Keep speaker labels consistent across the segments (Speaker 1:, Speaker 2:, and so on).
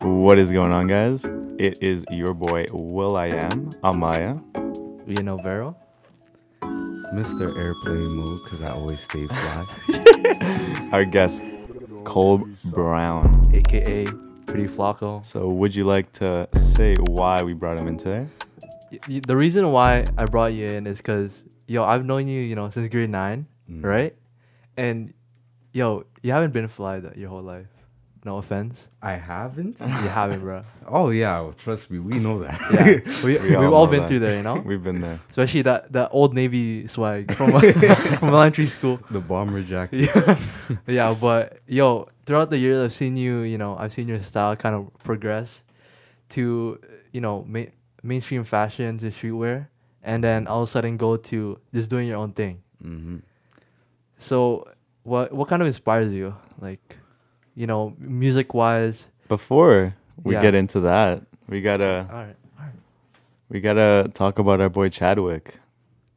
Speaker 1: What is going on, guys? It is your boy Will I Am Amaya.
Speaker 2: You know Vero?
Speaker 3: Mr. Airplane Mode, because I always stay fly.
Speaker 1: Our guest, Cole Brown.
Speaker 2: AKA Pretty Flocko.
Speaker 1: So, would you like to say why we brought him in today?
Speaker 2: Y- y- The reason why I brought you in is because, yo, I've known you, you know, since grade nine, right? And, yo, you haven't been fly th- your whole life. No offense.
Speaker 3: I haven't?
Speaker 2: You haven't, bro.
Speaker 3: Oh, yeah, well, trust me, we know that.
Speaker 2: Yeah. We, we have all,
Speaker 1: know
Speaker 2: been
Speaker 1: that.
Speaker 2: through there, you know?
Speaker 1: We've been there.
Speaker 2: Especially that, that old Navy swag from, from elementary school.
Speaker 3: The bomber jacket.
Speaker 2: yeah, yeah, but yo, throughout the years, I've seen you. You know, I've seen your style kind of progress to you know ma- mainstream fashion to streetwear, and then all of a sudden go to just doing your own thing.
Speaker 3: hmm
Speaker 2: So, what what kind of inspires you? Like, you know, music wise.
Speaker 1: Before we
Speaker 2: Yeah.
Speaker 1: get into that, we gotta
Speaker 2: All right, all right.
Speaker 1: we gotta talk about our boy Chadwick.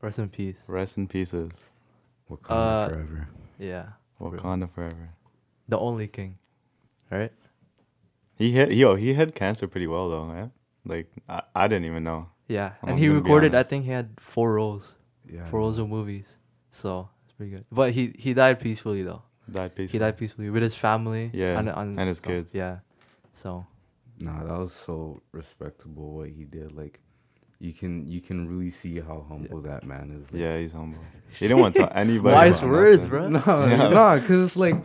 Speaker 2: Rest in peace.
Speaker 1: Rest in pieces.
Speaker 3: Wakanda
Speaker 2: Uh,
Speaker 3: forever.
Speaker 2: Yeah,
Speaker 1: Wakanda forever.
Speaker 2: the only king. Right?
Speaker 1: He hit yo. He had cancer pretty well though, man. Like I, I didn't even know.
Speaker 2: Yeah,
Speaker 1: I'm
Speaker 2: and he
Speaker 1: gonna be
Speaker 2: recorded. I
Speaker 1: honest.
Speaker 2: think he had four roles,
Speaker 3: Yeah.
Speaker 2: four roles of movies. So it's pretty good. But he he died peacefully though.
Speaker 1: Died
Speaker 2: he
Speaker 1: peacefully.
Speaker 2: died peacefully with his family.
Speaker 1: Yeah,
Speaker 2: and, and,
Speaker 1: and his
Speaker 2: so,
Speaker 1: kids.
Speaker 2: Yeah, so
Speaker 3: Nah, that was so respectable what he did. Like, you can you can really see how humble that man is. Like,
Speaker 1: Yeah, he's humble. He didn't want to tell anybody.
Speaker 2: wise
Speaker 1: about
Speaker 2: words,
Speaker 1: nothing.
Speaker 2: bro.
Speaker 3: No, no, because it's like,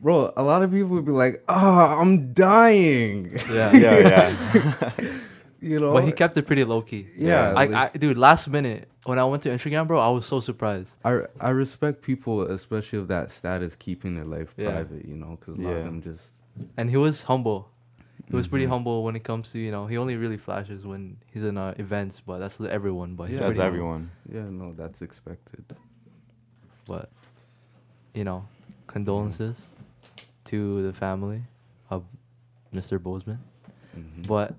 Speaker 3: bro, a lot of people would be like, ah, I'm dying.
Speaker 2: Yeah,
Speaker 1: Yeah, yeah.
Speaker 3: You know?
Speaker 2: but he kept it pretty low key.
Speaker 3: Yeah,
Speaker 2: like,
Speaker 3: like-
Speaker 2: I, dude, last minute when I went to Instagram, bro, I was so surprised.
Speaker 3: I, I respect people, especially of that status, keeping their life
Speaker 2: Yeah.
Speaker 3: private, you know, because a lot
Speaker 1: Yeah.
Speaker 3: of them just
Speaker 2: And he was humble. He was pretty
Speaker 1: Mm-hmm.
Speaker 2: humble when it comes to you know. He only really flashes when he's in uh, events, but that's the everyone. But he's
Speaker 1: That's
Speaker 2: pretty humble.
Speaker 1: everyone.
Speaker 3: Yeah, no, that's expected.
Speaker 2: But you know, condolences to the family of Mr. Bozeman.
Speaker 1: Mm-hmm.
Speaker 3: Mhm.
Speaker 2: But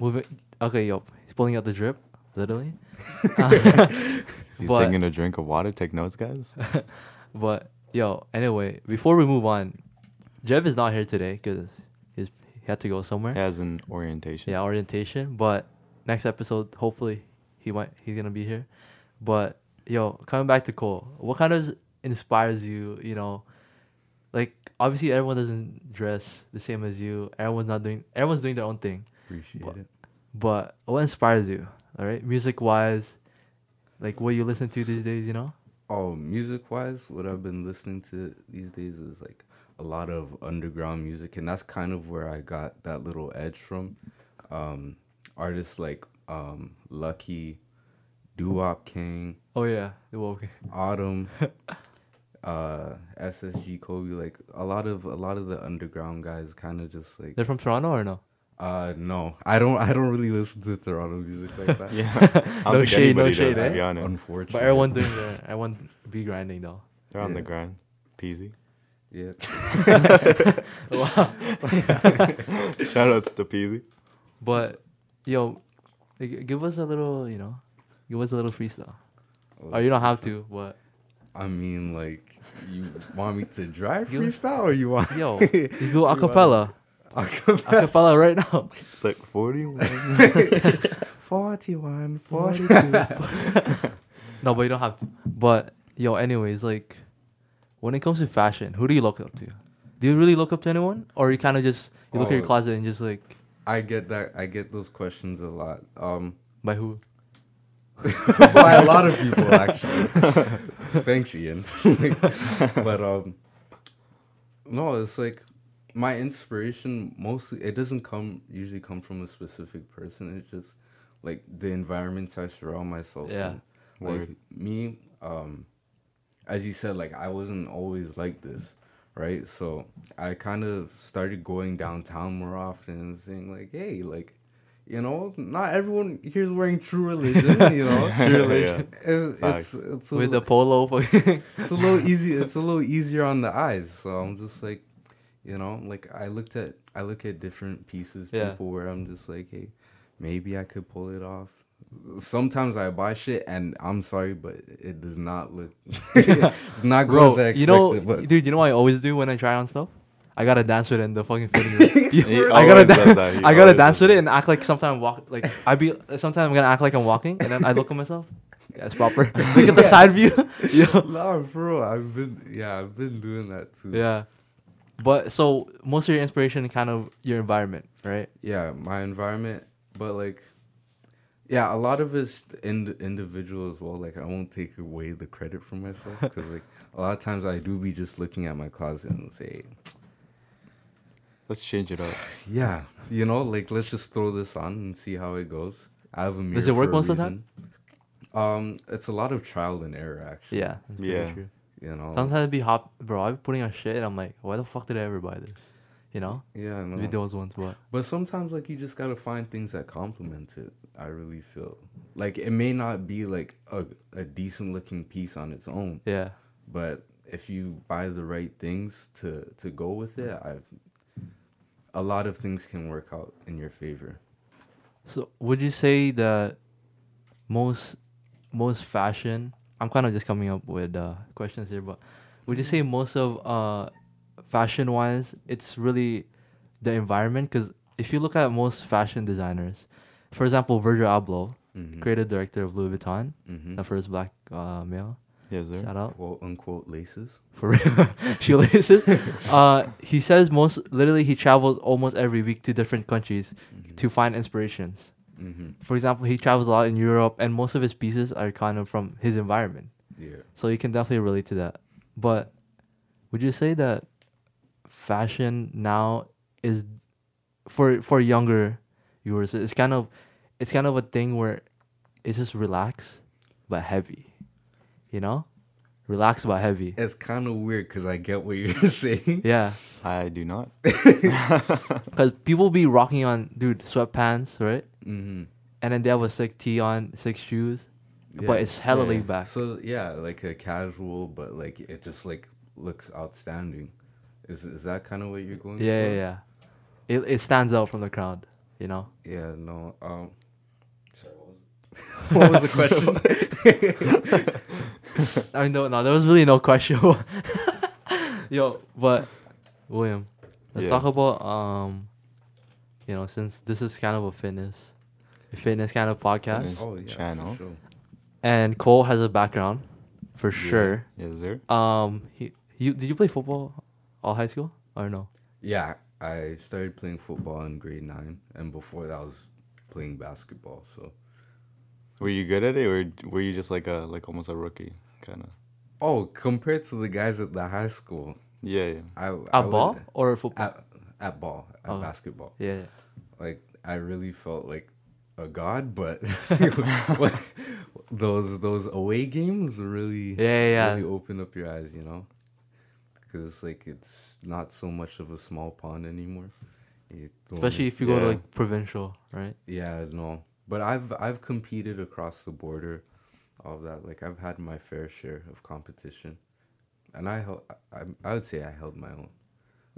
Speaker 2: moving. Okay, yo, he's pulling out the drip, literally.
Speaker 1: He's
Speaker 2: But-
Speaker 1: taking a drink of water. Take notes, guys.
Speaker 2: But yo, anyway, before we move on, Jeff is not here today because he had to go somewhere.
Speaker 1: He has an orientation.
Speaker 2: Yeah, orientation. But next episode, hopefully, he might he's gonna be here. But yo, coming back to Cole, what kind of inspires you? You know, like obviously everyone doesn't dress the same as you. Everyone's not doing. Everyone's doing their own thing.
Speaker 3: Appreciate
Speaker 2: But-
Speaker 3: it.
Speaker 2: But what inspires you? All right, music wise, like what you listen to these days. You know.
Speaker 3: Oh, music wise, what I've been listening to these days is like a lot of underground music, and that's kind of where I got that little edge from. Um, artists like um, Lucky, Duop King,
Speaker 2: Oh yeah, well, okay.
Speaker 3: Autumn, uh, SSG Kobe, like a lot of a lot of the underground guys, kind of just like
Speaker 2: They're from Toronto or no?
Speaker 3: uh, no, I don't I don't really listen to Toronto music like that.
Speaker 1: Yeah. I don't
Speaker 2: No
Speaker 1: think
Speaker 2: shade, no
Speaker 1: anybody
Speaker 2: shade,
Speaker 1: does, to
Speaker 2: eh?
Speaker 1: be honest.
Speaker 3: Unfortunately,
Speaker 2: But everyone doing their everyone be grinding though.
Speaker 1: They're on the
Speaker 3: Yeah.
Speaker 1: grind. Peasy.
Speaker 3: yeah.
Speaker 1: Shout outs to Peasy.
Speaker 2: But yo, like, give us a little, you know, give us a little freestyle. Or you don't have to, but
Speaker 3: I mean, like, you want me to drive
Speaker 2: You-
Speaker 3: freestyle or you want
Speaker 2: yo, you go acapella. Acapella right now.
Speaker 1: It's like 41.
Speaker 3: 41, 42?
Speaker 2: No, but you don't have to. But yo, anyways, like when it comes to fashion, who do you look up to? Do you really look up to anyone, or you kind of just you look at your
Speaker 3: Oh.
Speaker 2: closet and just like
Speaker 3: I get that. I get those questions a lot. Um,
Speaker 2: by who?
Speaker 3: by a lot of people, actually. Thanks, Ian. but um, no, it's like my inspiration mostly. It doesn't come usually come from a specific person. It's just like the environments I surround myself.
Speaker 2: Yeah.
Speaker 3: in. Like
Speaker 1: Word.
Speaker 3: me, um, as you said, like I wasn't always like this, right? So I kind of started going downtown more often and saying like, hey, like. You know, not everyone here's wearing true religion. You know,
Speaker 1: True Religion.
Speaker 3: It-
Speaker 1: Facts.
Speaker 3: it's, it's a
Speaker 2: With the
Speaker 3: little-
Speaker 2: polo, fucking-
Speaker 3: it's a little easy it's a little easier on the eyes so i'm just like you know like i looked at i look at different pieces
Speaker 2: Yeah.
Speaker 3: people where i'm just like hey maybe i could pull it off sometimes i buy shit and i'm sorry but it does not look it's not gross
Speaker 2: bro.
Speaker 3: as I
Speaker 2: You know,
Speaker 3: expected, but
Speaker 2: dude. You know what I always do when I try on stuff? I gotta dance with it in the fucking fitting room. You-
Speaker 1: He
Speaker 2: I gotta
Speaker 1: always does
Speaker 2: dance.
Speaker 1: that. He
Speaker 2: I gotta
Speaker 1: always
Speaker 2: dance
Speaker 1: does
Speaker 2: with it
Speaker 1: that.
Speaker 2: and act like sometimes walk like I be sometimes I'm gonna act like I'm walking and then I look at myself. Yeah, it's proper. Look at the side view.
Speaker 3: Nah, bro, I've been yeah, I've been doing that too.
Speaker 2: yeah. But so most of your inspiration kind of your environment, right?
Speaker 3: yeah, my environment, but like, yeah, a lot of it's ind- individual as well. Like, I won't take away the credit from myself because like a lot of times I do be just looking at my closet and say,
Speaker 1: Let's change it up.
Speaker 3: yeah, you know, like let's just throw this on and see how it goes. I have a mirror.
Speaker 2: it work
Speaker 3: for a
Speaker 2: most of the time?
Speaker 3: reason. Um, it's a lot of trial and error, actually.
Speaker 2: Yeah. that's pretty
Speaker 1: Yeah.
Speaker 2: true.
Speaker 3: you know.
Speaker 2: Sometimes I'd be hop bro, I'd be putting on shit and I'm like, why the fuck did I ever buy this? You know?
Speaker 3: yeah, I know.
Speaker 1: Mm.
Speaker 2: Maybe those ones but
Speaker 3: But sometimes, like, you just gotta find things that complement it. I really feel like it may not be like a, a decent looking piece on its own,
Speaker 2: yeah.
Speaker 3: but if you buy the right things to to go with it, I've a lot of things can work out in your favor.
Speaker 2: So would you say that most most fashion? I'm kind of just coming up with uh, questions here, but would you say most of uh, fashion wise, it's really the environment? Because if you look at most fashion designers, for example, Virgil Abloh, creative director of Louis Vuitton,
Speaker 3: Mm-hmm.
Speaker 2: the first black uh, male,
Speaker 1: Yes, sir.
Speaker 2: shout out
Speaker 3: Quote unquote laces.
Speaker 2: for real. shoelaces. uh, he says most literally he travels almost every week to different countries to find inspirations.
Speaker 3: Mm-hmm.
Speaker 2: For example, he travels a lot in Europe, and most of his pieces are kind of from his environment.
Speaker 3: Yeah.
Speaker 2: So you can definitely relate to that. But would you say that fashion now is for for younger viewers? It's kind of it's kind of a thing where it's just relaxed but heavy, you know, relaxed but heavy.
Speaker 3: It's kind of weird because I get what you're saying.
Speaker 2: Yeah.
Speaker 1: I do not.
Speaker 2: Cause people be rocking on, dude, sweatpants, right?
Speaker 3: Mm-hmm.
Speaker 2: And then they have a sick tee on, sick shoes,
Speaker 3: Yeah.
Speaker 2: but it's hella
Speaker 1: Yeah.
Speaker 2: laid back.
Speaker 3: So yeah, like a casual, but like it just like looks outstanding. Is is that kind of what you're going?
Speaker 2: yeah,
Speaker 3: for?
Speaker 2: yeah, yeah. It it stands out from the crowd, you know.
Speaker 3: Yeah, no. Um, what was the question?
Speaker 2: I mean, no, no, there was really no question. Yo, but William, let's
Speaker 1: Yeah.
Speaker 2: talk about um, you know, since this is kind of a fitness, a fitness kind of podcast,
Speaker 1: Fitness.
Speaker 3: oh yeah,
Speaker 1: Channel.
Speaker 3: For sure.
Speaker 2: and Cole has a background, for sure.
Speaker 1: Yes, sir.
Speaker 2: Um, he, you did you play football all high school or no?
Speaker 3: Yeah, I started playing football in grade nine, and before that I was playing basketball. So,
Speaker 1: Were you good at it, or were you just like a like almost a rookie kind of?
Speaker 3: oh, compared to the guys at the high school,
Speaker 1: Yeah, yeah.
Speaker 3: I I
Speaker 2: A
Speaker 3: would-
Speaker 2: ball or a football?
Speaker 3: at at ball at
Speaker 2: Oh.
Speaker 3: basketball.
Speaker 2: Yeah.
Speaker 3: like I really felt like a god, but what- those those away games really
Speaker 2: Yeah, yeah, yeah.
Speaker 3: really open up your eyes, you know, because it's like it's not so much of a small pond anymore. You don't-
Speaker 2: Especially if you go to
Speaker 1: Yeah.
Speaker 2: like provincial, right?
Speaker 3: yeah, no, but I've I've competed across the border, all that. Like I've had my fair share of competition, and I held I, I would say I held my own.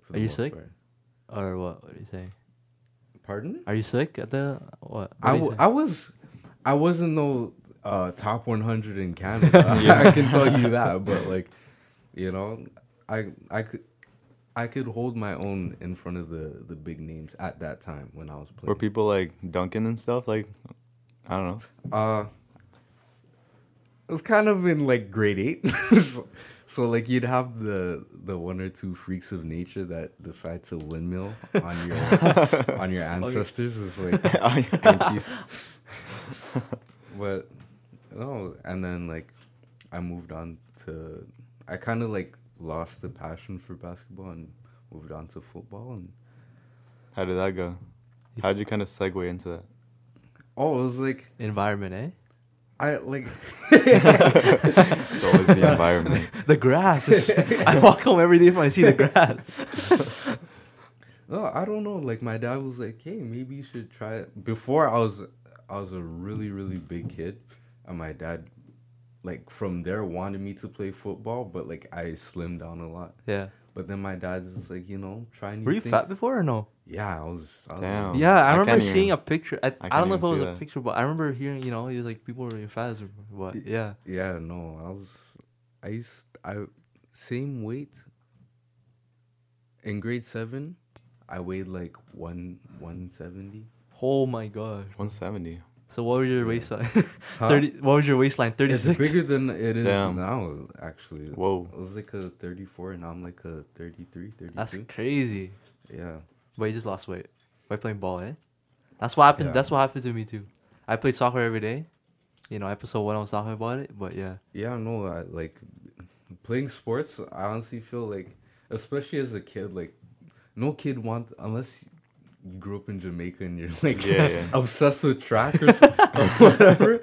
Speaker 3: for the
Speaker 2: Are you
Speaker 3: most
Speaker 2: sick?
Speaker 3: part.
Speaker 2: Or what? What are you saying?
Speaker 3: Pardon?
Speaker 2: Are you sick at the what? what do
Speaker 3: I,
Speaker 2: you
Speaker 3: w-
Speaker 2: say?
Speaker 3: I was I wasn't no uh, top 100 in Canada. I can tell you that, but like you know, I I could I could hold my own in front of the the big names at that time when I was
Speaker 1: Were
Speaker 3: playing.
Speaker 1: people like dunking and stuff? Like, I don't know.
Speaker 3: uh it was kind of in like grade 8. so, so like you'd have the the one or two freaks of nature that decide to windmill on your on your ancestors is like Thank you. but no, and then like I moved on to I kind of like lost the passion for basketball and moved on to football and
Speaker 1: How did that go? How did you kind of segue into that?
Speaker 3: oh it was like
Speaker 2: environment, eh?
Speaker 3: I like
Speaker 1: It's always the environment.
Speaker 2: The grass. Is, I walk home every day when I see the grass.
Speaker 3: no I don't know like my dad was like hey maybe you should try it before I was I was a really really big kid and my dad like from there wanted me to play football but like I slimmed down a lot
Speaker 2: Yeah.
Speaker 3: but then my dad was like you know try new
Speaker 2: Were you
Speaker 3: things.
Speaker 2: fat before or no?
Speaker 3: Yeah, I was. I was
Speaker 1: Damn.
Speaker 3: like-
Speaker 2: Yeah, I,
Speaker 1: I
Speaker 2: remember
Speaker 1: can't
Speaker 2: seeing
Speaker 1: even-
Speaker 2: a picture. I, I,
Speaker 1: can't
Speaker 2: don't know if it
Speaker 1: even
Speaker 2: was
Speaker 1: see
Speaker 2: a
Speaker 1: that.
Speaker 2: picture, but I remember hearing, you know, he was like, people were fat as what? Yeah.
Speaker 3: Yeah, no, I was. I used. I same weight. in grade seven, I weighed like one one seventy.
Speaker 2: Oh my god.
Speaker 1: 170.
Speaker 2: So what was your waistline? Thirty. What was your waistline? Thirty
Speaker 3: It's
Speaker 2: six.
Speaker 3: bigger than it is
Speaker 1: Damn.
Speaker 3: now, actually.
Speaker 1: Whoa.
Speaker 3: It was like a 34, and I'm like a 33, 32.
Speaker 2: That's crazy.
Speaker 3: yeah.
Speaker 2: But you just lost weight by playing ball, eh? That's what happened.
Speaker 3: Yeah.
Speaker 2: That's what happened to me too. I played soccer every day. You know, episode one I was talking about it, but yeah,
Speaker 3: Yeah, no, I, like playing sports, I honestly feel like, especially as a kid, like no kid want unless you grew up in Jamaica and you're like
Speaker 1: Yeah, yeah.
Speaker 3: obsessed with track or, some- or whatever.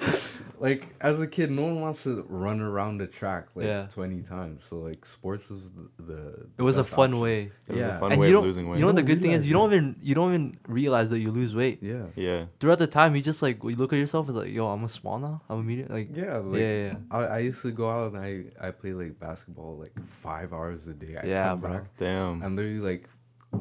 Speaker 3: Like as a kid, no one wants to run around the track like
Speaker 2: Yeah.
Speaker 3: twenty times. So like sports was the, the
Speaker 2: it was a
Speaker 3: best
Speaker 2: fun
Speaker 3: option.
Speaker 2: way.
Speaker 1: It was
Speaker 3: Yeah.
Speaker 1: a fun
Speaker 2: and
Speaker 1: way
Speaker 2: you
Speaker 1: of
Speaker 2: don't,
Speaker 1: losing weight.
Speaker 2: you know what the
Speaker 3: No,
Speaker 2: good thing is? You don't
Speaker 3: realize
Speaker 2: even you don't even realize that you lose weight.
Speaker 3: Yeah.
Speaker 1: yeah.
Speaker 2: Throughout the time, you just like you look at yourself and like, yo, I'm a small now. I'm a medium. Like
Speaker 3: Yeah, like,
Speaker 2: yeah, yeah.
Speaker 3: I, I used to go out and I, I play like basketball like five hours a day. I
Speaker 2: Yeah,
Speaker 3: come
Speaker 2: bro.
Speaker 3: back
Speaker 1: Damn.
Speaker 3: And literally, like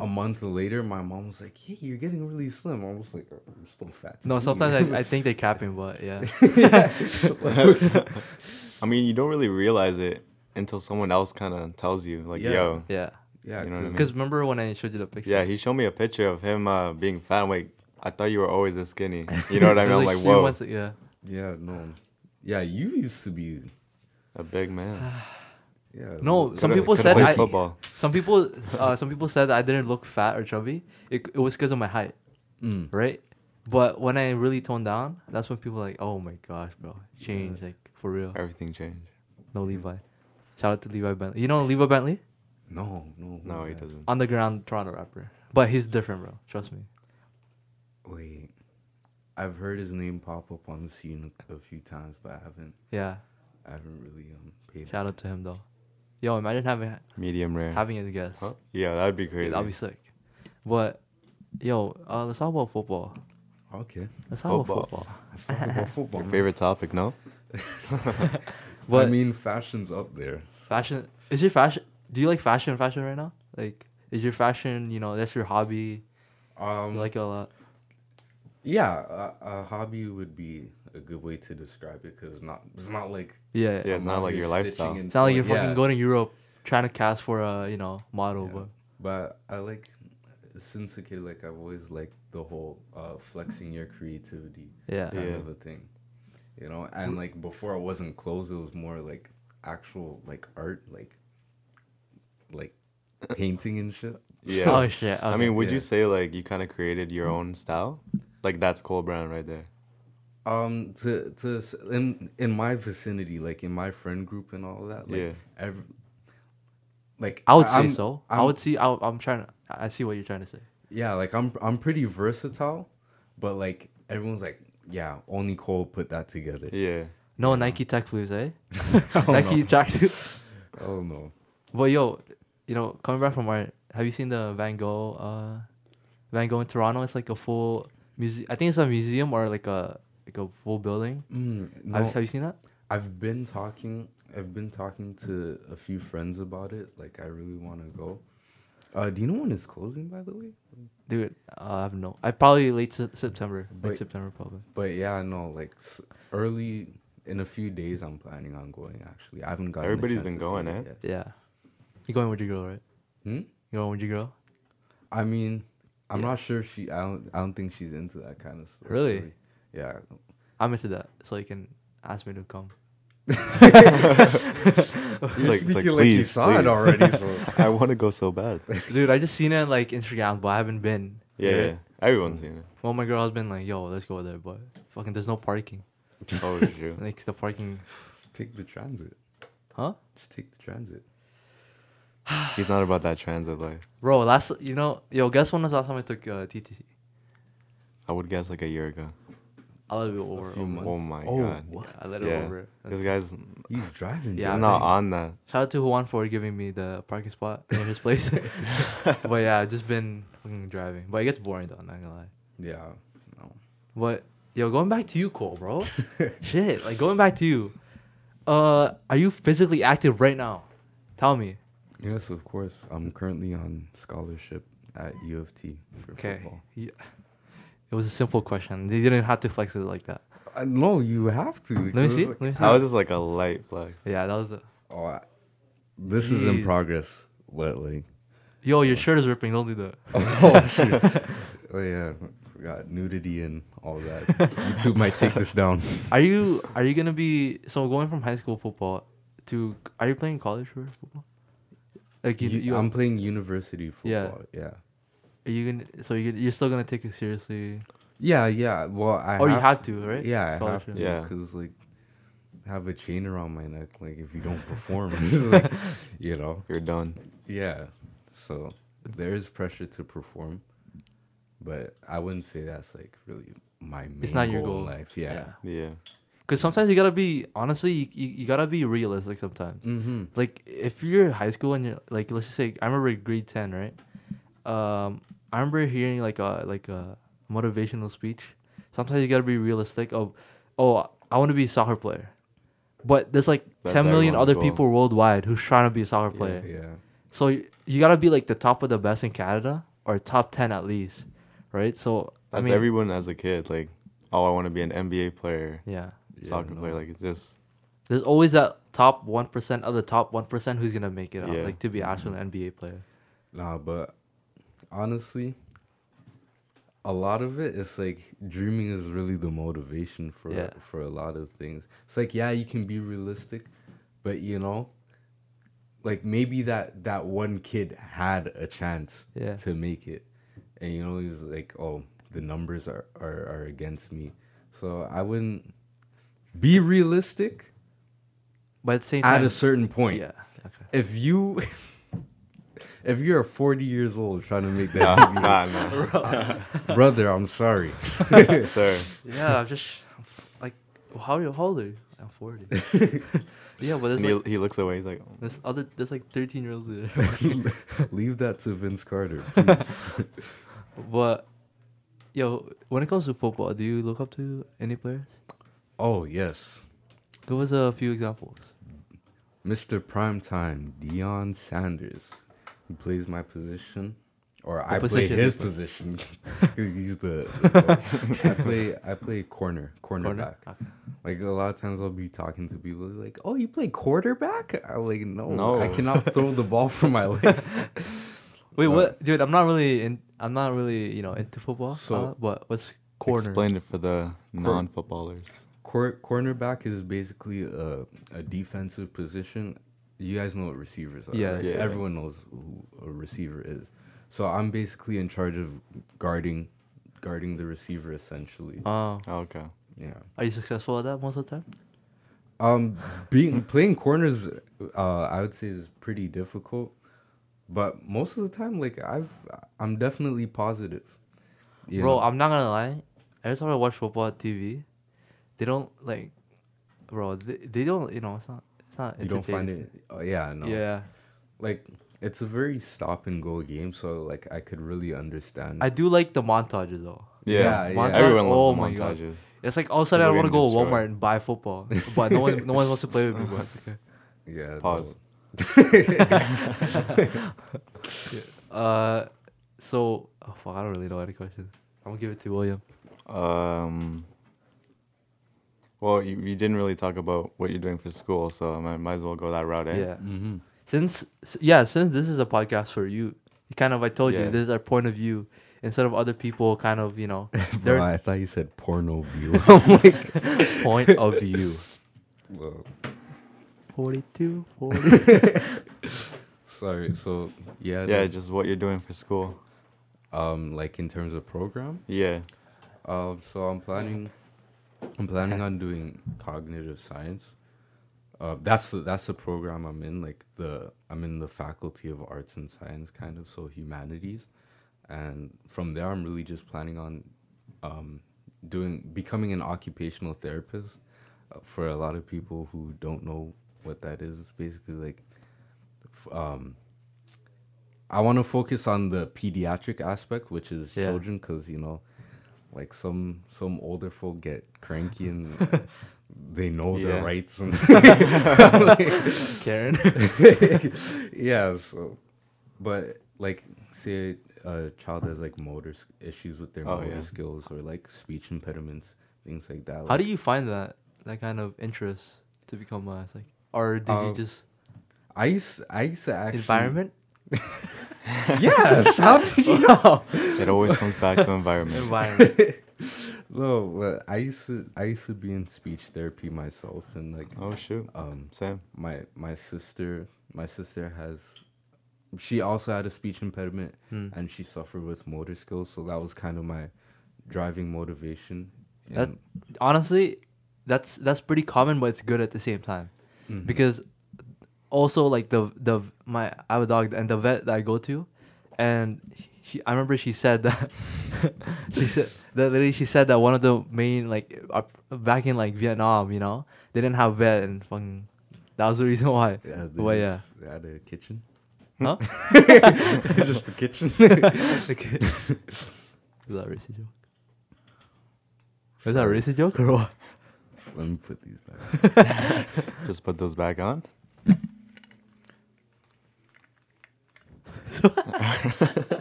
Speaker 3: a month later, my mom was like, "Hey, you're getting really slim." I was like, "Oh, "I'm still fat."
Speaker 2: No, sometimes I, I think they're capping, but yeah,
Speaker 1: I mean, you don't really realize it until someone else kind of tells you, like,
Speaker 3: Yeah.
Speaker 1: yo.
Speaker 2: yeah.
Speaker 3: yeah,
Speaker 1: You know what I mean?
Speaker 2: Because remember when I showed you the picture?
Speaker 1: Yeah, he showed me a picture of him uh, being fat. I'm like, I thought you were always this skinny. You know what I
Speaker 2: It
Speaker 1: mean? I'm
Speaker 2: was
Speaker 1: like,
Speaker 2: three
Speaker 1: whoa,
Speaker 2: months- yeah.
Speaker 3: 'cause- yeah, no, yeah, you used to be,
Speaker 1: a big man.
Speaker 3: yeah,
Speaker 2: No,
Speaker 3: like-
Speaker 2: some
Speaker 1: Could've-
Speaker 2: people
Speaker 1: could've
Speaker 2: said
Speaker 1: played
Speaker 2: I,
Speaker 1: football.
Speaker 2: some people uh, some people said that I didn't look fat or chubby. It, it was because of my height,
Speaker 3: Mm.
Speaker 2: right? But when I really toned down, that's when people were like, oh my gosh, bro, change like for real.
Speaker 1: Everything changed.
Speaker 2: No Levi. Shout out to Levi Bentley. You know Levi Bentley?
Speaker 3: no, no, who's
Speaker 1: No, he
Speaker 3: that?
Speaker 1: doesn't.
Speaker 2: Underground Toronto rapper, but he's different, bro. Trust me.
Speaker 3: Wait, I've heard his name pop up on the scene a few times, but I haven't,
Speaker 2: Yeah.
Speaker 3: I haven't really um paid.
Speaker 2: Shout out to him though. Yo, imagine having
Speaker 1: Medium rare.
Speaker 2: having it as a guest.
Speaker 1: Huh? Yeah, that'd be crazy.
Speaker 2: That'd be sick. But yo, uh, let's talk about football.
Speaker 3: Okay,
Speaker 2: Let's talk
Speaker 1: Football.
Speaker 2: about football.
Speaker 3: let's talk about football.
Speaker 1: Your
Speaker 3: man.
Speaker 1: favorite topic, no?
Speaker 2: But
Speaker 3: I mean, fashion's up there.
Speaker 2: Fashion is your fashion. Do you like fashion? Fashion right now? Like, is your fashion? You know, that's your hobby.
Speaker 3: Um,
Speaker 2: You like it a lot.
Speaker 3: Yeah, a, a hobby would be a good way to describe it because not it's not like
Speaker 2: Yeah.
Speaker 1: Yeah. it's
Speaker 3: I'm
Speaker 1: not
Speaker 3: out
Speaker 1: like
Speaker 3: here
Speaker 1: your lifestyle.
Speaker 3: stitching and
Speaker 2: It's not like
Speaker 3: sewing.
Speaker 2: you're fucking
Speaker 3: Yeah,
Speaker 2: going to Europe trying to cast for a you know model,
Speaker 3: yeah.
Speaker 2: but
Speaker 3: But I like since a kid, like I've always liked the whole uh, flexing your creativity
Speaker 2: yeah.
Speaker 3: kind
Speaker 1: Yeah.
Speaker 3: of a thing, you know. And like before, it wasn't clothes; it was more like actual like art, like like painting and shit.
Speaker 1: Yeah.
Speaker 2: Oh shit.
Speaker 1: I mean,
Speaker 2: okay.
Speaker 1: would you
Speaker 3: yeah.
Speaker 1: say like you kind of created your own style? Like that's Cole Brown right there.
Speaker 3: um to to s- in in my vicinity like in my friend group and all that like
Speaker 1: Yeah.
Speaker 3: every, like
Speaker 2: I would say
Speaker 3: I'm-
Speaker 2: so. i
Speaker 3: I'm-
Speaker 2: would see. I, I'm trying to. I see what you're trying to say.
Speaker 3: yeah like i'm i'm pretty versatile but like everyone's like yeah only cole put that together
Speaker 1: Yeah.
Speaker 2: No Nike Tech Blues, eh? Nike tracksuit.
Speaker 3: oh no
Speaker 2: But yo, you know, coming back from art, have you seen the Van Gogh, uh, Van Gogh in Toronto? It's like a full museum. I think it's a museum or like a like a full building.
Speaker 3: Mm, no
Speaker 2: Have, have you seen that?
Speaker 3: i've been talking i've been talking to a few friends about it like i really want to go uh do you know when it's closing by the way
Speaker 2: Dude, uh, I have no. I probably late se- September. late
Speaker 3: But-
Speaker 2: September probably.
Speaker 3: but yeah no like s- early in a few days i'm planning on going actually i haven't got
Speaker 1: Everybody's been going, eh?
Speaker 2: Yeah. You going with your girl, right?
Speaker 3: Hmm?
Speaker 2: You going with your girl?
Speaker 3: I mean, I'm
Speaker 2: Yeah.
Speaker 3: not sure if she. I don't. I don't think she's into that kind of stuff.
Speaker 2: Really?
Speaker 3: Yeah.
Speaker 2: I'm into that, so you can ask me to come.
Speaker 1: It's like, it's like please,
Speaker 3: saw it
Speaker 1: please.
Speaker 3: already. So
Speaker 1: I want to go so bad.
Speaker 2: Dude, I just seen it on, like Instagram, but I haven't been.
Speaker 1: Yeah,
Speaker 2: right?
Speaker 1: yeah. Everyone's seen it.
Speaker 2: Well, my girl has been like, "Yo, let's go there," but fucking, there's no parking.
Speaker 1: Oh, true.
Speaker 2: Like the parking,
Speaker 3: take the transit.
Speaker 2: huh?
Speaker 3: Just take the transit.
Speaker 1: He's not about that transit life.
Speaker 2: Bro, last you know, yo, guess when was the last time I took uh, TTC?
Speaker 1: I would guess like a year ago.
Speaker 2: I let it over.
Speaker 3: few
Speaker 2: over.
Speaker 3: months.
Speaker 1: Oh my
Speaker 3: Oh,
Speaker 1: god.
Speaker 3: what?
Speaker 2: Yeah, I let it
Speaker 1: Yeah.
Speaker 2: over.
Speaker 1: This guy's
Speaker 3: He's driving.
Speaker 2: Yeah,
Speaker 1: he's
Speaker 2: I
Speaker 1: not
Speaker 2: think-
Speaker 1: on that.
Speaker 2: Shout out to Juan for giving me the parking spot near his place. but yeah, I've just been fucking driving. But it gets boring though, not gonna lie.
Speaker 3: Yeah. No.
Speaker 2: But yo, going back to you, Cole, bro. Shit, like going back to you. Uh, are you physically active right now? Tell me.
Speaker 3: Yes, of course. I'm currently on scholarship at U of T for
Speaker 2: Okay.
Speaker 3: football.
Speaker 2: Yeah. It was a simple question. They didn't have to flex it like that.
Speaker 3: Uh, no, you have to.
Speaker 2: Let me
Speaker 3: because,
Speaker 2: see.
Speaker 3: like,
Speaker 2: Let me see.
Speaker 1: That was just like a light flex.
Speaker 2: yeah, that was. A,
Speaker 3: Oh, I, this is in
Speaker 2: Jeez.
Speaker 3: progress. But like,
Speaker 2: Yo, your shirt is ripping. Don't do that.
Speaker 3: oh shoot. Oh yeah, forgot nudity and all that. YouTube might take this down.
Speaker 2: Are you are you gonna be so going from high school football to are you playing college for football? Like you,
Speaker 3: You-
Speaker 2: you
Speaker 3: I'm playing university
Speaker 2: Yeah.
Speaker 3: football. Yeah.
Speaker 2: are you gonna so you you're still gonna take it seriously?
Speaker 3: Yeah, yeah. Well, I.
Speaker 2: Or Oh, you
Speaker 3: have
Speaker 2: have to, right?
Speaker 3: Yeah, I have
Speaker 2: Scholarship.
Speaker 3: to.
Speaker 1: Yeah.
Speaker 3: Because like, I have a chain around my neck. Like, if you don't perform, it's like, you know.
Speaker 1: You're done.
Speaker 3: Yeah. So there is pressure to perform, but I wouldn't say that's like really my main.
Speaker 2: It's not your
Speaker 3: in
Speaker 2: goal.
Speaker 3: life. Yeah.
Speaker 1: Yeah.
Speaker 2: Because sometimes you gotta be honestly, you, you, you gotta be realistic sometimes.
Speaker 3: Mm-hmm.
Speaker 2: Like if you're in high school and you're like, let's just say, I remember grade ten, right? Um, I remember hearing like a like a motivational speech. Sometimes you gotta be realistic. Of, oh, I want to be a soccer player, but there's like
Speaker 1: That's
Speaker 2: ten million
Speaker 1: everyone's
Speaker 2: other
Speaker 1: goal.
Speaker 2: people worldwide who's trying to be a soccer player.
Speaker 3: Yeah.
Speaker 2: So you, you gotta be like the top of the best in Canada or top ten at least, right? So
Speaker 1: That's
Speaker 2: I mean,
Speaker 1: everyone as a kid. Like, oh, I want to be an NBA player,
Speaker 2: yeah.
Speaker 3: Yeah,
Speaker 1: soccer
Speaker 3: no.
Speaker 1: player. Like, it's just
Speaker 2: There's always that top one percent of the top one percent who's gonna make it out,
Speaker 1: Yeah.
Speaker 2: like to be an actual NBA player.
Speaker 3: Nah, but honestly, a lot of it is like dreaming is really the motivation for
Speaker 2: Yeah.
Speaker 3: for a lot of things. It's like yeah, you can be realistic, but you know, like maybe that that one kid had a chance
Speaker 2: Yeah.
Speaker 3: to make it, and you know he's like, oh, the numbers are are, are against me, so I wouldn't be realistic
Speaker 2: But at the same
Speaker 3: at
Speaker 2: time,
Speaker 3: a certain point
Speaker 2: yeah, okay.
Speaker 3: if you if you're 40 years old trying to make
Speaker 1: nah,
Speaker 3: that
Speaker 1: nah, nah.
Speaker 3: movie, brother i'm sorry
Speaker 1: Sir,
Speaker 2: yeah. I'm just like, how are you? How old are you? I'm forty. yeah, but there's
Speaker 1: and he,
Speaker 2: like
Speaker 1: he looks away. He's like,
Speaker 2: there's other there's like thirteen year olds there.
Speaker 3: leave that to vince carter
Speaker 2: but yo, when it comes to football, do you look up to any players?
Speaker 3: oh yes
Speaker 2: Give us a few examples.
Speaker 3: mr primetime dion sanders who plays my position or
Speaker 2: What
Speaker 3: i
Speaker 2: position
Speaker 3: play
Speaker 2: is
Speaker 3: his
Speaker 2: that?
Speaker 3: position he's the, the- i play i play corner cornerback
Speaker 2: Okay.
Speaker 3: Like a lot of times, I'll be talking to people like, "Oh, you play quarterback?" I'm like, "No,
Speaker 1: No.
Speaker 3: I cannot throw the ball from my leg."
Speaker 2: Wait,
Speaker 3: Uh,
Speaker 2: what, dude? I'm not really in. I'm not really you know into football.
Speaker 3: So-
Speaker 2: uh, but what's corner?
Speaker 1: explain it for the non-footballers.
Speaker 3: Cor- cornerback is basically a, a defensive position. You guys know what receivers are.
Speaker 2: Yeah.
Speaker 3: right?
Speaker 1: Yeah.
Speaker 3: Everyone knows who a receiver is. So I'm basically in charge of guarding, guarding the receiver essentially.
Speaker 2: Oh,
Speaker 1: Oh, okay.
Speaker 3: yeah.
Speaker 2: are you successful at that most of the time?
Speaker 3: Um, being playing corners, uh, I would say is pretty difficult. But most of the time, like I've, I'm definitely positive. you
Speaker 2: Bro,
Speaker 3: know?
Speaker 2: I'm not gonna lie. Every time I watch football on TV, they don't like, bro. They, they don't. You know, it's not. It's not.
Speaker 3: you don't find
Speaker 2: entertaining.
Speaker 3: it. Oh, yeah, no.
Speaker 2: Yeah,
Speaker 3: like it's a very stop and go game so like i could really understand
Speaker 2: I do like the montages though.
Speaker 1: Yeah,
Speaker 3: Yeah,
Speaker 1: yeah.
Speaker 3: yeah.
Speaker 1: everyone
Speaker 2: Oh
Speaker 1: loves
Speaker 2: my
Speaker 1: the
Speaker 2: God.
Speaker 1: montages.
Speaker 2: It's like all of a sudden I
Speaker 1: We're
Speaker 2: want to go
Speaker 1: getting
Speaker 2: to Walmart and buy football, but no one, no one wants to play with me. But it's okay.
Speaker 3: yeah
Speaker 1: Pause.
Speaker 2: Uh, so oh, fuck, I don't really know any questions. I'm gonna give it to William.
Speaker 1: Um. Well, you, you didn't really talk about what you're doing for school, so I might, might as well go that route. Eh?
Speaker 2: Yeah.
Speaker 3: mm-hmm.
Speaker 2: Since s- yeah, since this is a podcast for you, kind of I told
Speaker 1: Yeah.
Speaker 2: you this is our point of view instead of other people kind of you know
Speaker 3: Bro,
Speaker 2: their
Speaker 3: i thought you said porno view i'm like
Speaker 2: point of view.
Speaker 3: well,
Speaker 2: 42, 40.
Speaker 3: sorry so yeah
Speaker 1: Yeah,
Speaker 3: like,
Speaker 1: just what you're doing for school.
Speaker 3: um like in terms of program
Speaker 1: Yeah.
Speaker 3: um so i'm planning i'm planning on doing cognitive science uh, that's the that's the program I'm in. Like the I'm in the faculty of arts and science, kind of so humanities, and from there I'm really just planning on um, doing becoming an occupational therapist. Uh, for a lot of people who don't know what that is, it's basically like, f- um, I want to focus on the pediatric aspect, which is
Speaker 2: Yeah.
Speaker 3: children, because you know, like some some older folk get cranky and they know
Speaker 1: Yeah.
Speaker 3: their rights and
Speaker 2: Karen.
Speaker 3: yeah, so, but like, say a child has like motor s- issues with their
Speaker 1: Oh,
Speaker 3: motor
Speaker 1: yeah.
Speaker 3: skills or like speech impediments, things like that.
Speaker 2: How do you find that that kind of interest to become a like, or did you
Speaker 3: Um,
Speaker 2: just
Speaker 3: I used I used to actually
Speaker 2: environment?
Speaker 3: yes. How did you?
Speaker 1: It always comes back to environment.
Speaker 2: environment.
Speaker 3: No, but I used to I used to be in speech therapy myself, and like
Speaker 1: Oh shoot,
Speaker 3: um
Speaker 1: Sam.
Speaker 3: my my sister my sister has she also had a speech impediment
Speaker 2: Hmm.
Speaker 3: and she suffered with motor skills, so that was kind of my driving motivation.
Speaker 2: That
Speaker 3: in-
Speaker 2: honestly, that's that's pretty common, but it's good at the same time,
Speaker 3: Mm-hmm.
Speaker 2: because also like the the my I have a dog and the vet that I go to, and she I remember she said that she said that lady she said that one of the main like up- back in like Vietnam, you know, they didn't have vet and fucking that was the reason why.
Speaker 3: yeah, they
Speaker 2: well, yeah,
Speaker 3: just had a kitchen.
Speaker 2: huh?
Speaker 3: just the kitchen.
Speaker 2: okay. Is that a racist joke? Is that a racist joke or what?
Speaker 3: Let me put these back.
Speaker 1: Just put those back on.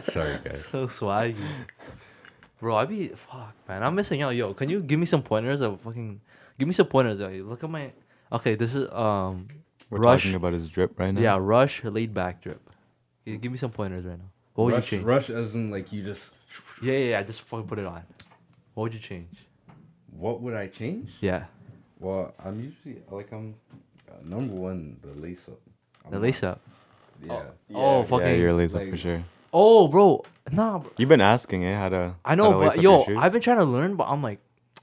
Speaker 3: Sorry, guys.
Speaker 2: So swaggy. Bro, I be fuck man. I'm missing out. Yo, can you give me some pointers of fucking give me some pointers? Yo. Look at my Okay, this is um
Speaker 1: We're
Speaker 2: Rush.
Speaker 1: talking about his drip right now.
Speaker 2: Yeah, rush laid back drip. Yeah, give me some pointers right now. What would
Speaker 3: rush,
Speaker 2: you change?
Speaker 3: rush as in like you just.
Speaker 2: Yeah, yeah, yeah. Just fucking put it on. What would you change?
Speaker 3: What would I change?
Speaker 2: Yeah.
Speaker 3: Well, I'm usually like I'm uh, number one the lace up. I'm
Speaker 2: The
Speaker 3: not-
Speaker 2: lace up.
Speaker 3: Yeah.
Speaker 2: oh
Speaker 1: yeah,
Speaker 2: fucking
Speaker 1: you're lazy
Speaker 3: like-
Speaker 1: for sure.
Speaker 2: Oh bro. Nah bro.
Speaker 1: You've been asking, eh? How to?
Speaker 2: I
Speaker 1: how
Speaker 2: know,
Speaker 1: to lace
Speaker 2: but
Speaker 1: up your
Speaker 2: yo,
Speaker 1: shoes.
Speaker 2: I've been trying to learn, but I'm like,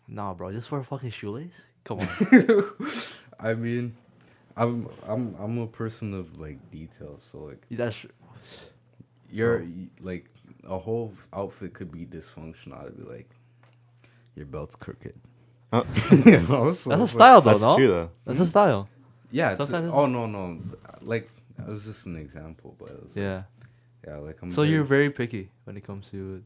Speaker 2: nah bro, just for a fucking shoelace? Come on.
Speaker 3: I mean, I'm I'm I'm a person of like details. So like
Speaker 2: That's Oh.
Speaker 3: your like a whole outfit could be dysfunctional. I'd be like, your belt's crooked.
Speaker 1: Oh.
Speaker 3: You know, so,
Speaker 2: that's a
Speaker 3: but-
Speaker 2: style though,
Speaker 1: That's
Speaker 2: no?
Speaker 1: true though.
Speaker 2: That's a style.
Speaker 3: Yeah. it's a-
Speaker 2: Sometimes it's-
Speaker 3: oh no no, like that was just an example, but it was, yeah.
Speaker 2: Yeah.
Speaker 3: yeah, like I'm.
Speaker 2: So
Speaker 3: very-
Speaker 2: you're very picky when it comes to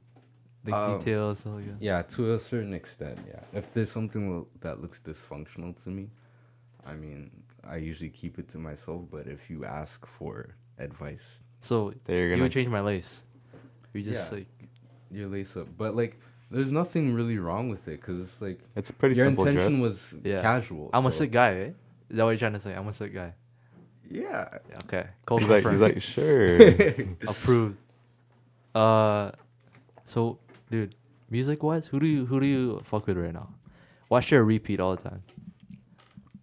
Speaker 2: the
Speaker 3: Um,
Speaker 2: details. So yeah.
Speaker 3: Yeah, to a certain extent, yeah. If there's something lo- that looks dysfunctional to me, I mean, I usually keep it to myself, but if you ask for advice,
Speaker 2: So
Speaker 1: There you're
Speaker 2: you
Speaker 1: gonna.
Speaker 2: would change my lace. You just
Speaker 3: Yeah.
Speaker 2: like
Speaker 3: you lace up. But, like, there's nothing really wrong with it because it's like
Speaker 1: it's a pretty
Speaker 3: your
Speaker 1: simple
Speaker 3: intention
Speaker 1: drip.
Speaker 3: was
Speaker 2: Yeah.
Speaker 3: casual.
Speaker 2: I'm a
Speaker 3: so-
Speaker 2: sick guy. Eh? Is that what you're trying to say? I'm a sick guy.
Speaker 3: Yeah.
Speaker 2: Okay. Cold
Speaker 1: He's like,
Speaker 2: confirmed.
Speaker 1: he's like, sure.
Speaker 2: approved. Uh, so dude, music wise, who do you who do you fuck with right now? Watch your repeat all the time.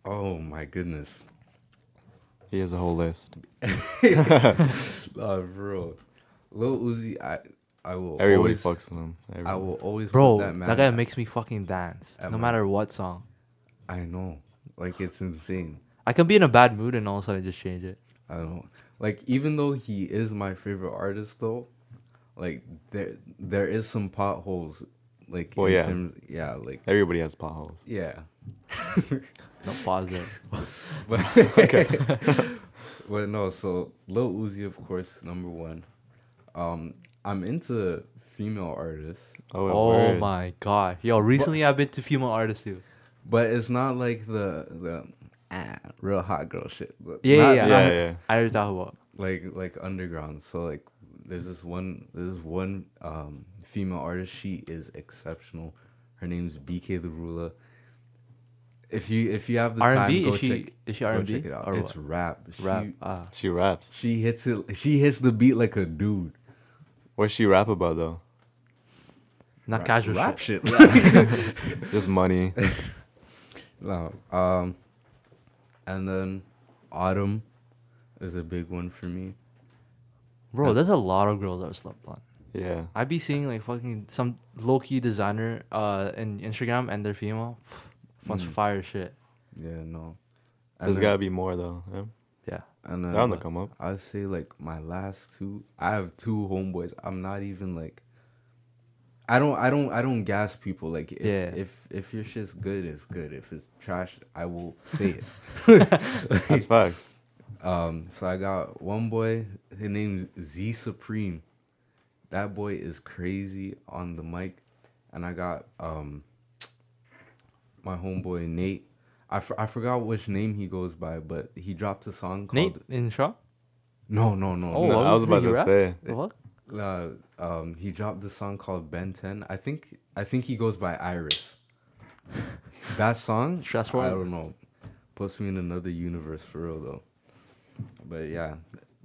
Speaker 3: Oh my goodness.
Speaker 1: he has a whole list.
Speaker 3: Oh, bro. Lil Uzi, I, I will
Speaker 1: Everybody
Speaker 3: always.
Speaker 1: fucks with him.
Speaker 3: I
Speaker 1: Everybody.
Speaker 3: will always put
Speaker 2: Bro,
Speaker 3: that
Speaker 2: that,
Speaker 3: man.
Speaker 2: guy makes me fucking dance,
Speaker 3: That
Speaker 2: no
Speaker 3: man.
Speaker 2: matter what song.
Speaker 3: I know. Like, it's insane.
Speaker 2: I can be in a bad mood and all of a sudden just change it.
Speaker 3: I don't like even though he is my favorite artist though, like there there is some potholes like
Speaker 1: Well,
Speaker 3: in
Speaker 1: Oh, yeah.
Speaker 3: terms yeah, like
Speaker 1: Everybody has potholes.
Speaker 3: yeah.
Speaker 2: No pause there.
Speaker 3: But but no, so Lil Uzi of course number one. Um I'm into female artists,
Speaker 1: Oh,
Speaker 2: Oh
Speaker 1: word.
Speaker 2: my god. Yo, recently I've been to female artists too.
Speaker 3: but it's not like the the ah, real hot girl shit. but
Speaker 2: Yeah,
Speaker 3: not-
Speaker 2: yeah,
Speaker 1: Yeah,
Speaker 3: not
Speaker 2: I-
Speaker 1: yeah.
Speaker 2: I already thought about.
Speaker 3: like like underground. So like there's this one there's this one um female artist. She is exceptional. Her name's BK the Ruler. If you if you have the
Speaker 2: R&B?
Speaker 3: time, go
Speaker 2: Is she-
Speaker 3: check
Speaker 2: is she
Speaker 3: go
Speaker 2: R&B
Speaker 3: Check it out.
Speaker 2: or
Speaker 3: it's
Speaker 2: what?
Speaker 3: rap. She,
Speaker 2: Rap. Ah.
Speaker 1: She raps.
Speaker 3: She hits it. She hits the beat like a dude.
Speaker 1: What's she rap about though?
Speaker 2: Not casual
Speaker 3: rap
Speaker 2: shit.
Speaker 3: shit.
Speaker 1: Just money.
Speaker 3: no. Um, and then Autumn is a big one for me.
Speaker 2: Bro, there's a lot of girls that are slept on.
Speaker 1: Yeah.
Speaker 2: I be seeing like fucking some low key designer uh in Instagram and they're female. Pff,
Speaker 3: Hmm.
Speaker 2: mm. fire shit.
Speaker 3: Yeah, no. And
Speaker 1: There's
Speaker 3: then-
Speaker 1: gotta be more though. Yeah.
Speaker 2: Yeah.
Speaker 3: And then
Speaker 1: They're on the
Speaker 3: uh,
Speaker 1: come up.
Speaker 3: I say like my last two. I have two homeboys. I'm not even like. I don't. I don't. I don't gas people. Like if
Speaker 2: Yeah.
Speaker 3: if if your shit's good, it's good. If it's trash, I will say it.
Speaker 1: That's facts.
Speaker 3: Um. So I got one boy. His name's Z Supreme. That boy is crazy on the mic, and I got um. My homeboy Nate. I, f- I forgot which name he goes by, but he dropped a song called
Speaker 2: Nate in Shaw?
Speaker 3: No No No
Speaker 2: Oh,
Speaker 3: No.
Speaker 1: I was
Speaker 2: the
Speaker 1: about
Speaker 2: thing he
Speaker 1: to
Speaker 2: rapped?
Speaker 1: say.
Speaker 2: The fuck?
Speaker 3: Uh, um, he dropped this song called Ben 10. I think I think he goes by Iris. that song,
Speaker 2: Stressful?
Speaker 3: I don't know, puts me in another universe for real though. But yeah,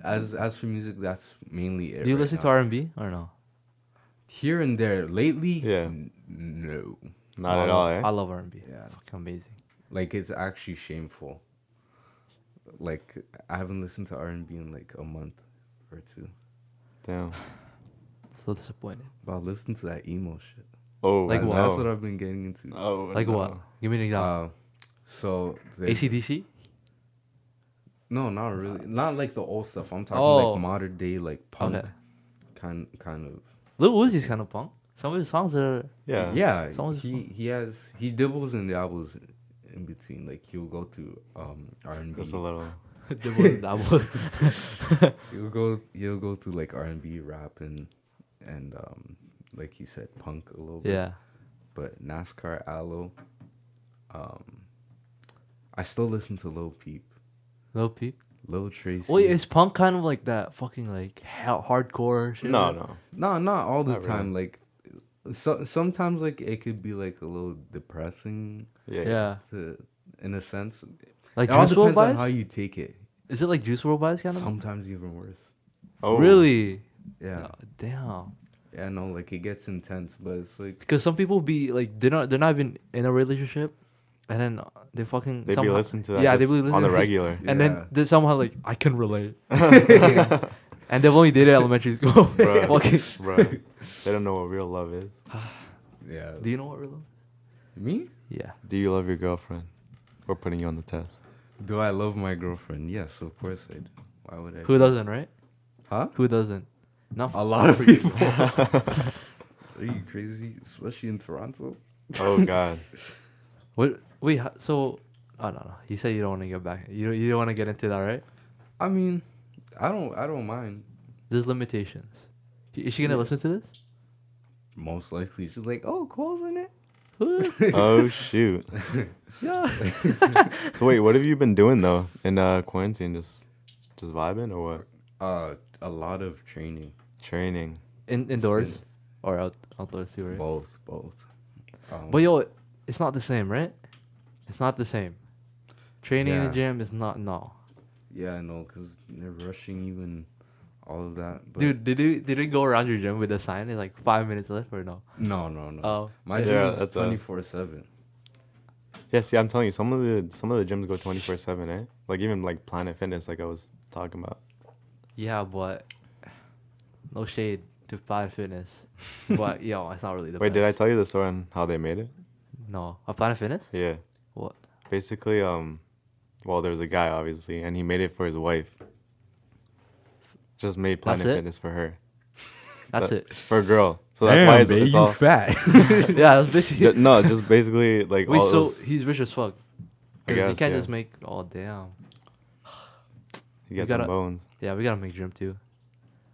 Speaker 3: as as for music, that's mainly it.
Speaker 2: Do you
Speaker 3: right
Speaker 2: listen
Speaker 3: now.
Speaker 2: to R and B or no?
Speaker 3: here and there lately?
Speaker 1: Yeah.
Speaker 3: n- no.
Speaker 1: Not
Speaker 2: I
Speaker 1: at
Speaker 2: love-
Speaker 1: all, eh?
Speaker 2: I love R and B.
Speaker 3: Yeah.
Speaker 2: Fucking amazing.
Speaker 3: Like it's actually shameful. Like I haven't listened to R and B in like a month or two.
Speaker 1: Damn.
Speaker 2: So disappointed.
Speaker 3: But I listened to that emo shit.
Speaker 1: Oh,
Speaker 2: Like
Speaker 1: I
Speaker 2: what?
Speaker 3: That's
Speaker 1: know.
Speaker 3: what I've been getting into.
Speaker 1: Oh,
Speaker 2: Like
Speaker 1: no.
Speaker 2: what? Give me an example.
Speaker 3: Uh, so they-
Speaker 2: ACDC.
Speaker 3: No, not really. Not like the old stuff. I'm talking
Speaker 2: Oh.
Speaker 3: like modern day, like punk
Speaker 2: Okay.
Speaker 3: kind kind of.
Speaker 2: Lil Uzi's kind of punk. Some of his songs are.
Speaker 1: Yeah.
Speaker 3: yeah.
Speaker 2: sounds
Speaker 3: he
Speaker 2: fun.
Speaker 3: he has he dibbles and dabbles in between. Like he'll go to um R and B.
Speaker 1: Just a little.
Speaker 2: Dibble dabble.
Speaker 3: He'll go he'll go to like R and B rap and and um like he said punk a little bit.
Speaker 2: yeah.
Speaker 3: But NASCAR Aloe. Um, I still listen to Lil Peep,
Speaker 2: Lil Peep.
Speaker 3: Lil Tracy.
Speaker 2: Wait, is punk kind of like that fucking like ha- hardcore shit?
Speaker 1: No, no.
Speaker 3: No, not all the
Speaker 1: Not really.
Speaker 3: time. Like, so sometimes like it could be like a little depressing
Speaker 1: Yeah.
Speaker 2: Yeah.
Speaker 3: to, in a sense.
Speaker 2: Like
Speaker 3: it all
Speaker 2: Juice WRLD
Speaker 3: depends
Speaker 2: vibes.
Speaker 3: on how you take it.
Speaker 2: is it like Juice WRLD vibes kind of?
Speaker 3: Sometimes even worse.
Speaker 1: Oh,
Speaker 2: Really?
Speaker 3: Yeah,
Speaker 2: Oh, damn.
Speaker 3: yeah. No, like it gets intense, but it's like
Speaker 2: Because some people be like they're not they're not even in a relationship, and then uh, they fucking
Speaker 1: They be
Speaker 2: somehow-
Speaker 1: listening to that.
Speaker 2: yeah
Speaker 1: Yeah,
Speaker 2: they be
Speaker 1: on
Speaker 2: listening
Speaker 1: the
Speaker 2: to-
Speaker 1: regular.
Speaker 2: and
Speaker 3: Yeah.
Speaker 2: then they somehow like I can relate, and they've only dated at elementary school.
Speaker 1: Bruh.
Speaker 2: fucking,
Speaker 1: Bruh. They don't know what real love is.
Speaker 3: yeah.
Speaker 2: do you know what real?
Speaker 3: Me?
Speaker 2: Yeah.
Speaker 1: Do you love your girlfriend? We're putting you on the test.
Speaker 3: Do I love my girlfriend? Yes, of course I do. Why would I?
Speaker 2: Who doesn't, right?
Speaker 3: Huh?
Speaker 2: Who doesn't? Not
Speaker 3: A lot of people. Are you crazy? Especially in Toronto.
Speaker 1: Oh God.
Speaker 2: What? Wait. ho- So, oh no no. You said you don't want to get back. You don't- you don't want to get into that, right?
Speaker 3: I mean, I don't. I don't mind.
Speaker 2: There's limitations. Is she gonna
Speaker 3: Yeah.
Speaker 2: listen to this?
Speaker 3: Most likely, she's like, "Oh, Cole's in it."
Speaker 2: Who?
Speaker 1: oh shoot.
Speaker 2: yeah.
Speaker 1: So wait, what have you been doing though in uh, quarantine? Just, just vibing or what?
Speaker 3: Uh, a lot of training.
Speaker 1: Training.
Speaker 2: In indoors, or out outdoors too, right?
Speaker 3: Both, both. Um,
Speaker 2: But yo, it's not the same, right? It's not the same. Training in
Speaker 3: Yeah.
Speaker 2: the gym is not no.
Speaker 3: yeah, I know, cause they're rushing you and all of that. But
Speaker 2: Dude, did you did it go around your gym with a sign? It's like five minutes left or no?
Speaker 3: no, no, no.
Speaker 2: Oh,
Speaker 3: My
Speaker 1: yeah.
Speaker 3: gym
Speaker 1: Yeah,
Speaker 3: is
Speaker 1: that's a-
Speaker 3: twenty four seven.
Speaker 1: Yeah. See, I'm telling you, some of the some of the gyms go 24 seven, eh? Like even like Planet Fitness, like I was talking about.
Speaker 2: yeah, but no shade to Planet Fitness, but yo, it's not really the
Speaker 1: Wait,
Speaker 2: best.
Speaker 1: did I tell you the story on how they made it?
Speaker 2: no, a Planet Fitness?
Speaker 1: Yeah.
Speaker 2: What?
Speaker 1: Basically, um, well, there was a guy obviously, and he made it for his wife. Just made
Speaker 2: That's
Speaker 1: Planet
Speaker 2: it?
Speaker 1: Fitness for her.
Speaker 2: That's
Speaker 1: That-
Speaker 2: it.
Speaker 1: For a girl. So that's why it's, it's all.
Speaker 3: fat.
Speaker 2: yeah, that's basically.
Speaker 1: Ju- no, just basically like
Speaker 2: Wait,
Speaker 1: all
Speaker 2: so
Speaker 1: those-
Speaker 2: he's rich as fuck.
Speaker 1: I
Speaker 2: 'Cause you
Speaker 1: guess,
Speaker 2: can't
Speaker 1: yeah.
Speaker 2: just make. Oh damn.
Speaker 1: you
Speaker 2: you
Speaker 1: get them
Speaker 2: gotta-
Speaker 1: bones.
Speaker 2: Yeah, we gotta make gym too.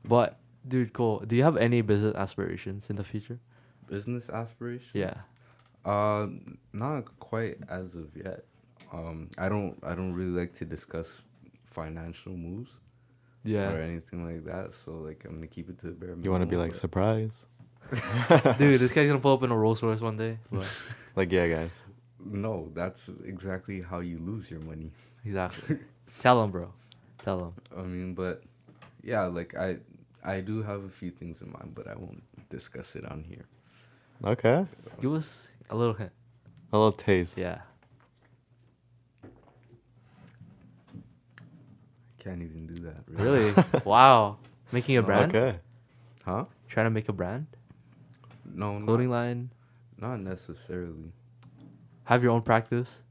Speaker 2: But dude, Cole, do you have any business aspirations in the future?
Speaker 3: Business aspirations.
Speaker 2: Yeah.
Speaker 3: Uh, not quite as of yet. Um, I don't. I don't really like to discuss financial moves or
Speaker 2: Yeah.
Speaker 3: anything like that. So like, I'm gonna keep it to the bare minimum.
Speaker 1: You want to be like
Speaker 3: but-
Speaker 1: surprise?
Speaker 2: Dude, this guy's gonna pull up in a Rolls Royce one day. But
Speaker 1: Like yeah, guys.
Speaker 3: No, that's exactly how you lose your money.
Speaker 2: exactly. Tell him, bro. Tell him.
Speaker 3: I mean, but yeah, like I I do have a few things in mind, but I won't discuss it on here.
Speaker 1: Okay.
Speaker 2: Give us a little hint.
Speaker 1: A little taste.
Speaker 2: Yeah.
Speaker 3: Can't even do that. Really?
Speaker 2: Really? wow. Making a brand?
Speaker 1: Okay.
Speaker 3: Huh?
Speaker 2: Trying to make a brand?
Speaker 3: No,
Speaker 2: Clothing
Speaker 3: not,
Speaker 2: line?
Speaker 3: not necessarily.
Speaker 2: Have your own practice?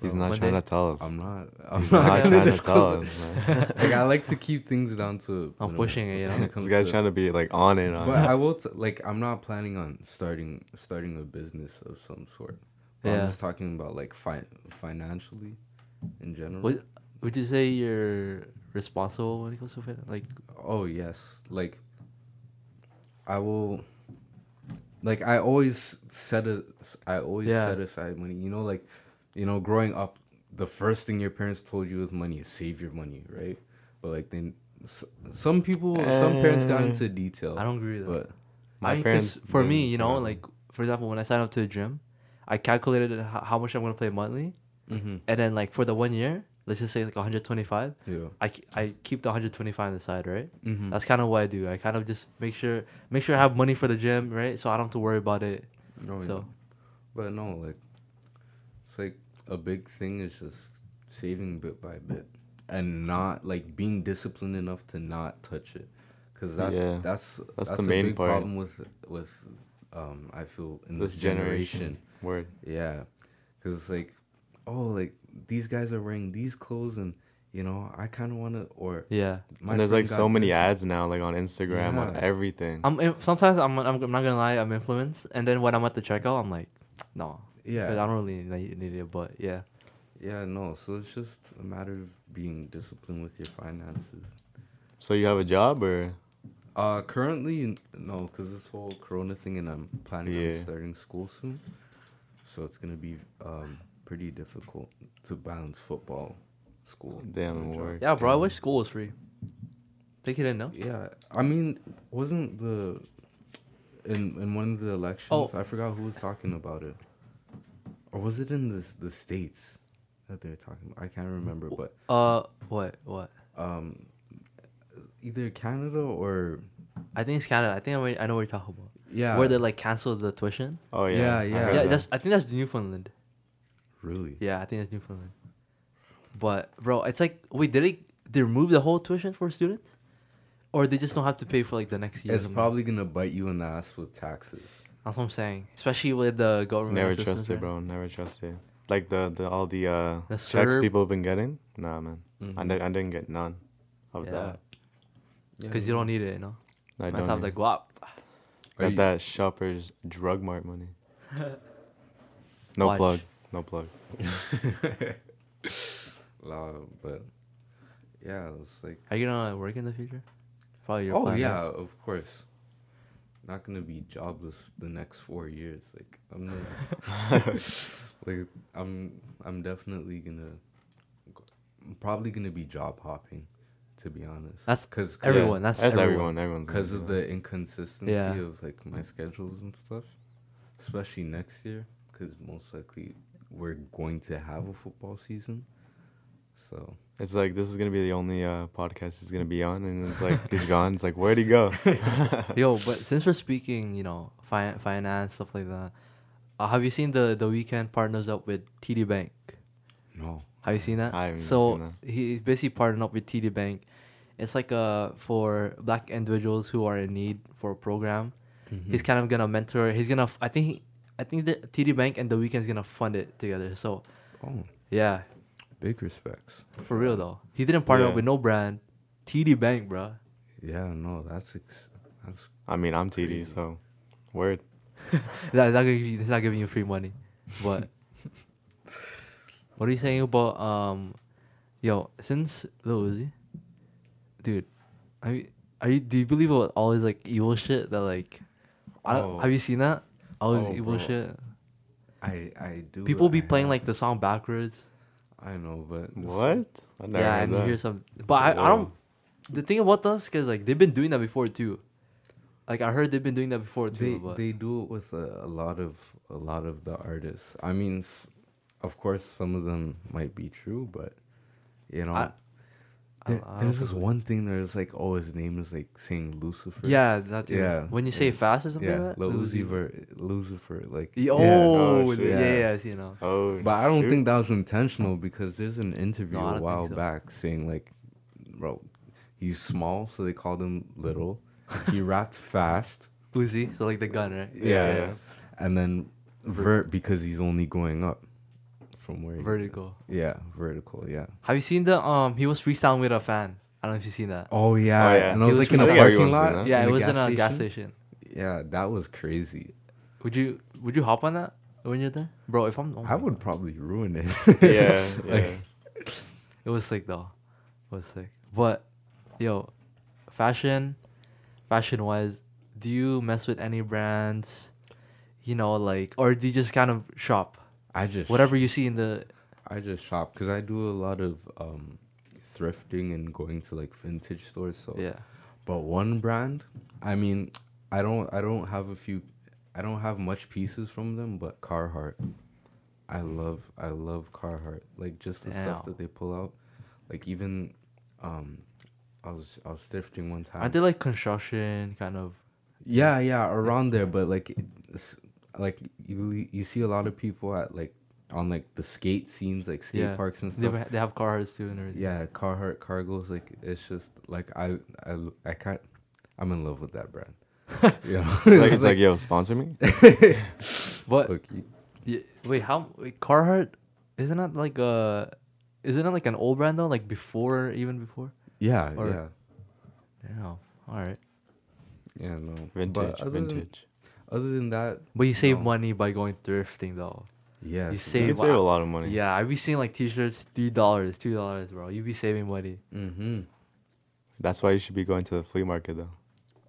Speaker 1: He's
Speaker 2: Well,
Speaker 1: not
Speaker 2: when
Speaker 1: trying
Speaker 2: they-
Speaker 1: to tell us.
Speaker 3: I'm not. I'm
Speaker 1: He's
Speaker 3: not,
Speaker 1: not
Speaker 3: gonna
Speaker 1: trying to
Speaker 3: discuss
Speaker 1: tell
Speaker 3: it.
Speaker 1: us, man.
Speaker 3: Like I like to keep things down to.
Speaker 2: I'm
Speaker 3: minimum
Speaker 2: pushing it, you know?
Speaker 3: when
Speaker 2: This
Speaker 1: this
Speaker 3: comes
Speaker 1: guy's
Speaker 3: to-
Speaker 1: trying to be like on it on.
Speaker 3: But
Speaker 1: it.
Speaker 3: I will t- like I'm not planning on starting starting a business of some sort. But
Speaker 2: Yeah.
Speaker 3: I'm just talking about like fi- financially, in general.
Speaker 2: What would you say you're responsible when it comes to fit? Like
Speaker 3: Oh yes, like I will. Like I always set a, I always
Speaker 2: Yeah.
Speaker 3: set aside money. You know, like, you know, growing up, the first thing your parents told you is money, save your money, right? But like then, s- some people, some parents got
Speaker 1: Eh,
Speaker 3: into detail.
Speaker 2: I don't agree with that.
Speaker 3: But
Speaker 1: My
Speaker 2: I mean, 'cause
Speaker 1: parents
Speaker 2: for me,
Speaker 1: didn't
Speaker 2: you know,
Speaker 1: surround me.
Speaker 2: like for example, when I signed up to a gym, I calculated h- how much I'm gonna play monthly,
Speaker 3: Mhm.
Speaker 2: and then like for the one year, let's just say like 125
Speaker 3: Yeah.
Speaker 2: I, ke- I keep the 125 on the side right
Speaker 3: Mm-hmm.
Speaker 2: that's kind of what i do i kind of just make sure make sure i have money for the gym right so i don't have to worry about it
Speaker 3: No,
Speaker 2: so
Speaker 3: But no, like, it's like a big thing is just saving bit by bit and not like being disciplined enough to not touch it, because that's,
Speaker 1: Yeah.
Speaker 3: that's
Speaker 1: That's
Speaker 3: that's
Speaker 1: the
Speaker 3: a
Speaker 1: main
Speaker 3: big
Speaker 1: part.
Speaker 3: problem with with um I feel in this,
Speaker 1: This generation. Word.
Speaker 3: Yeah, because it's like, oh, like these guys are wearing these clothes and. You know, I kind of want to, or
Speaker 2: yeah
Speaker 3: my
Speaker 1: and there's
Speaker 3: friend
Speaker 1: like
Speaker 3: got
Speaker 1: so many
Speaker 3: this.
Speaker 1: ads now, like on Instagram, on
Speaker 3: Yeah.
Speaker 1: everything.
Speaker 2: i'm in- sometimes I'm, I'm i'm not gonna lie i'm influenced and then when i'm at the checkout i'm like no
Speaker 3: Yeah,
Speaker 2: i don't really need need it but yeah
Speaker 3: Yeah, no. So it's just a matter of being disciplined with your finances.
Speaker 1: so you have a job or?
Speaker 3: Uh, currently, n- no, because this whole Corona thing, and I'm planning on
Speaker 1: Yeah.
Speaker 3: starting school soon, so it's gonna be um pretty difficult to balance football, school. and
Speaker 1: Damn,
Speaker 3: a job.
Speaker 1: work.
Speaker 2: yeah bro i wish school was free think you didn't know
Speaker 3: Yeah, I mean, wasn't the in in one of the elections? I forgot who was talking about it, or was it in the s- the states that they were talking? about? I can't remember, but
Speaker 2: uh what what
Speaker 3: um, either Canada or
Speaker 2: i think it's canada i think i, already- I know what you're talking about
Speaker 3: yeah,
Speaker 2: where they like canceled the tuition
Speaker 1: Oh yeah.
Speaker 3: Yeah,
Speaker 1: I
Speaker 3: yeah.
Speaker 1: heard
Speaker 2: yeah
Speaker 1: that.
Speaker 2: that's i think that's newfoundland
Speaker 3: really
Speaker 2: Yeah, I think that's Newfoundland. But bro, it's like wait, did they they remove the whole tuition for students, or they just don't have to pay for like the next year? or
Speaker 3: It's
Speaker 2: something?
Speaker 3: probably gonna bite you in the ass with taxes.
Speaker 2: that's what I'm saying. Especially with the government.
Speaker 1: Never
Speaker 2: assistance,
Speaker 1: trust it,
Speaker 2: right?
Speaker 1: bro. Never trust it. Like the, the all the uh
Speaker 2: The
Speaker 1: checks
Speaker 2: CERB.
Speaker 1: people have been getting. Nah, man. I,
Speaker 2: Mm.
Speaker 3: Mhm.
Speaker 1: did, I didn't get none of
Speaker 2: Yeah.
Speaker 1: that.
Speaker 2: Because you don't need it, you know.
Speaker 1: I
Speaker 2: Must
Speaker 1: don't.
Speaker 2: have
Speaker 1: need-
Speaker 2: the guap.
Speaker 3: Are
Speaker 1: got
Speaker 3: you-
Speaker 1: that shoppers drug mart money. No
Speaker 2: Watch.
Speaker 1: plug. No plug.
Speaker 3: Nah, but yeah, it's like
Speaker 2: Are you gonna work in the future? Probably your
Speaker 3: oh
Speaker 2: plan,
Speaker 3: yeah,
Speaker 2: right?
Speaker 3: of course. Not gonna be jobless the next four years. Like I'm gonna, like I'm I'm definitely gonna go- I'm probably gonna be job hopping, to be honest.
Speaker 2: That's
Speaker 3: because
Speaker 2: Everyone, that's everyone.
Speaker 1: everyone. Everyone's gonna
Speaker 3: because
Speaker 1: do
Speaker 3: of
Speaker 1: that.
Speaker 3: the inconsistency
Speaker 2: Yeah.
Speaker 3: of like my schedules and stuff, especially next year, because most likely we're going to have a football season. So
Speaker 1: It's like this is gonna be the only uh, podcast he's gonna be on, and it's like he's gone. It's like where'd he go?
Speaker 2: Yo, but since we're speaking, you know, fi- finance stuff like that. Uh, have you seen the the weekend partners up with TD Bank?
Speaker 3: no,
Speaker 2: Have you seen that?
Speaker 1: I haven't even
Speaker 2: so
Speaker 1: seen
Speaker 2: he's basically partnered up with TD Bank. It's like uh for black individuals who are in need for a program.
Speaker 1: Mm-hmm.
Speaker 2: He's kind of gonna mentor. He's gonna. f- I think. He, I think the TD Bank and the weekend's gonna fund it together. So
Speaker 3: oh,
Speaker 2: yeah,
Speaker 3: big respects.
Speaker 2: for real though. He didn't partner up
Speaker 1: Yeah.
Speaker 2: with no brand. TD Bank, bruh.
Speaker 3: Yeah, no, that's ex- that's
Speaker 1: I mean, I'm
Speaker 3: Crazy.
Speaker 1: TD, so word.
Speaker 2: That, it's not giving you. It's not giving you free money. But what are you saying about um, yo? Since Lil Uzi, dude, I mean, are you? Do you believe about all this like evil shit that like? I don't,
Speaker 3: Oh.
Speaker 2: Have you seen that? All this
Speaker 3: Oh,
Speaker 2: evil
Speaker 3: bro.
Speaker 2: shit.
Speaker 3: I I do.
Speaker 2: People be
Speaker 3: I
Speaker 2: playing
Speaker 3: have-
Speaker 2: like the song backwards.
Speaker 3: I know, but it's-
Speaker 1: What? I never
Speaker 2: yeah,
Speaker 1: heard
Speaker 2: and you
Speaker 1: that.
Speaker 2: hear some. But I, I
Speaker 1: Whoa.
Speaker 2: don't. The thing about us, cause like they've been doing that before too. Like I heard they've been doing that before too.
Speaker 3: They
Speaker 2: but
Speaker 3: they do it with a, a lot of a lot of the artists. I mean, s- of course, some of them might be true, but you know.
Speaker 2: I- I-
Speaker 3: There-
Speaker 2: I don't
Speaker 3: there's this
Speaker 2: think-
Speaker 3: one thing there's like, oh, his name is like saying Lucifer.
Speaker 2: Yeah, that dude.
Speaker 3: Yeah.
Speaker 2: When you say
Speaker 3: Yeah.
Speaker 2: fast or something
Speaker 3: yeah,
Speaker 2: like that.
Speaker 3: Lil
Speaker 2: Lil Uzi.
Speaker 3: Uzi ver- Lucifer, like.
Speaker 2: The-
Speaker 1: oh,
Speaker 2: oh,
Speaker 1: shit.
Speaker 2: yeah,
Speaker 3: Yeah.
Speaker 2: yes, you know.
Speaker 1: Oh,
Speaker 3: But I don't
Speaker 1: shoot.
Speaker 3: think that was intentional because there's an interview
Speaker 2: No, I don't
Speaker 3: a
Speaker 2: think
Speaker 3: while
Speaker 2: so.
Speaker 3: back saying like, bro, he's small, so they called him little. he rapped fast.
Speaker 2: Uzi, so like the gun, right?
Speaker 1: Yeah, yeah.
Speaker 3: And then vert because he's only going up from where. he-
Speaker 2: Vertical.
Speaker 3: Yeah, vertical. Yeah.
Speaker 2: Have you seen the um? He was freestyling with a fan. I don't know if you've seen that.
Speaker 3: Oh yeah.
Speaker 1: yeah.
Speaker 3: And I was
Speaker 2: He was
Speaker 3: like in a
Speaker 1: freestyling.
Speaker 3: parking
Speaker 1: Everyone's seen
Speaker 3: lot.
Speaker 1: that.
Speaker 2: yeah, it was in a gas station.
Speaker 3: Yeah, that was crazy.
Speaker 2: Would you Would you hop on that when you're there, bro? If I'm, oh
Speaker 3: I
Speaker 2: my
Speaker 3: would
Speaker 2: God.
Speaker 3: probably ruin it.
Speaker 1: yeah, yeah.
Speaker 3: Like-
Speaker 2: It was sick though. It was sick. But, yo, fashion, fashion wise, do you mess with any brands? You know, like, or do you just kind of shop
Speaker 3: I just
Speaker 2: whatever you see in the?
Speaker 3: I just shop because I do a lot of um, thrifting and going to like vintage stores. So
Speaker 2: Yeah.
Speaker 3: But one brand, I mean, I don't I don't have a few, I don't have much pieces from them, but Carhartt. I love I love Carhartt. Like just the
Speaker 2: Damn.
Speaker 3: stuff that they pull out. Like even um I was I was thrifting one time.
Speaker 2: Aren't they like construction kind of?
Speaker 3: yeah, yeah, around there, but like it's, like you you see a lot of people at like on like the skate scenes, like skate
Speaker 2: Yeah.
Speaker 3: parks and
Speaker 2: They,
Speaker 3: stuff.
Speaker 2: have, they have Carhartts too and everything.
Speaker 3: Yeah, Carhartt cargos like it's just like I I I can't I'm in love with that brand. yeah.
Speaker 1: It's like, it's like, yo, sponsor me.
Speaker 2: But
Speaker 3: Look, you-
Speaker 2: y- wait, how wait, Carhartt? Isn't that like a? Isn't that like an old brand though? Like before, even before.
Speaker 3: yeah,
Speaker 2: Or-
Speaker 3: yeah.
Speaker 2: Yeah. All right.
Speaker 3: Yeah, no.
Speaker 1: Vintage,
Speaker 3: other than-
Speaker 1: vintage.
Speaker 3: other than that,
Speaker 2: But you save
Speaker 3: No.
Speaker 2: money by going thrifting though.
Speaker 3: yeah.
Speaker 2: You
Speaker 3: so
Speaker 1: You
Speaker 2: save-
Speaker 1: can save a lot of money.
Speaker 2: Yeah, I be seeing like T-shirts three dollars, two dollars, bro. You be saving money.
Speaker 3: Mm-hmm.
Speaker 1: That's why you should be going to the flea market though.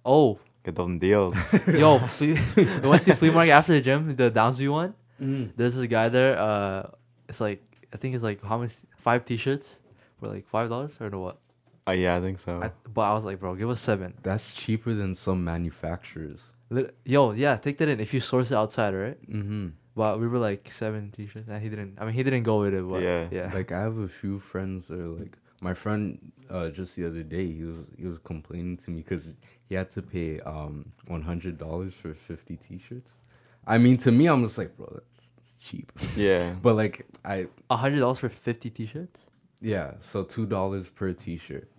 Speaker 2: Oh,
Speaker 1: Get them deals.
Speaker 2: yo, flea, I went to flea market after the gym, the Downsview one.
Speaker 3: Mm.
Speaker 2: There's this guy there. Uh, it's like I think it's like how much? Five T-shirts for like five dollars or no what?
Speaker 1: uh, yeah, I think so.
Speaker 2: I, but I was like, bro, give us seven.
Speaker 3: That's cheaper than some manufacturers.
Speaker 2: Lit- Yo, yeah, take that in if you source it outside, right?
Speaker 3: Mm-hmm.
Speaker 2: But we were like seven T-shirts, and he didn't. I mean, he didn't go with it, but yeah,
Speaker 1: Yeah.
Speaker 2: yeah.
Speaker 3: Like I have a few friends that are like my friend uh, just the other day he was he was complaining to me because he had to pay um one hundred dollars for fifty t-shirts. I mean, to me, I'm just like, bro, that's, that's cheap.
Speaker 1: yeah.
Speaker 3: But like I
Speaker 2: A hundred dollars for fifty T-shirts.
Speaker 3: yeah, so two dollars per t-shirt.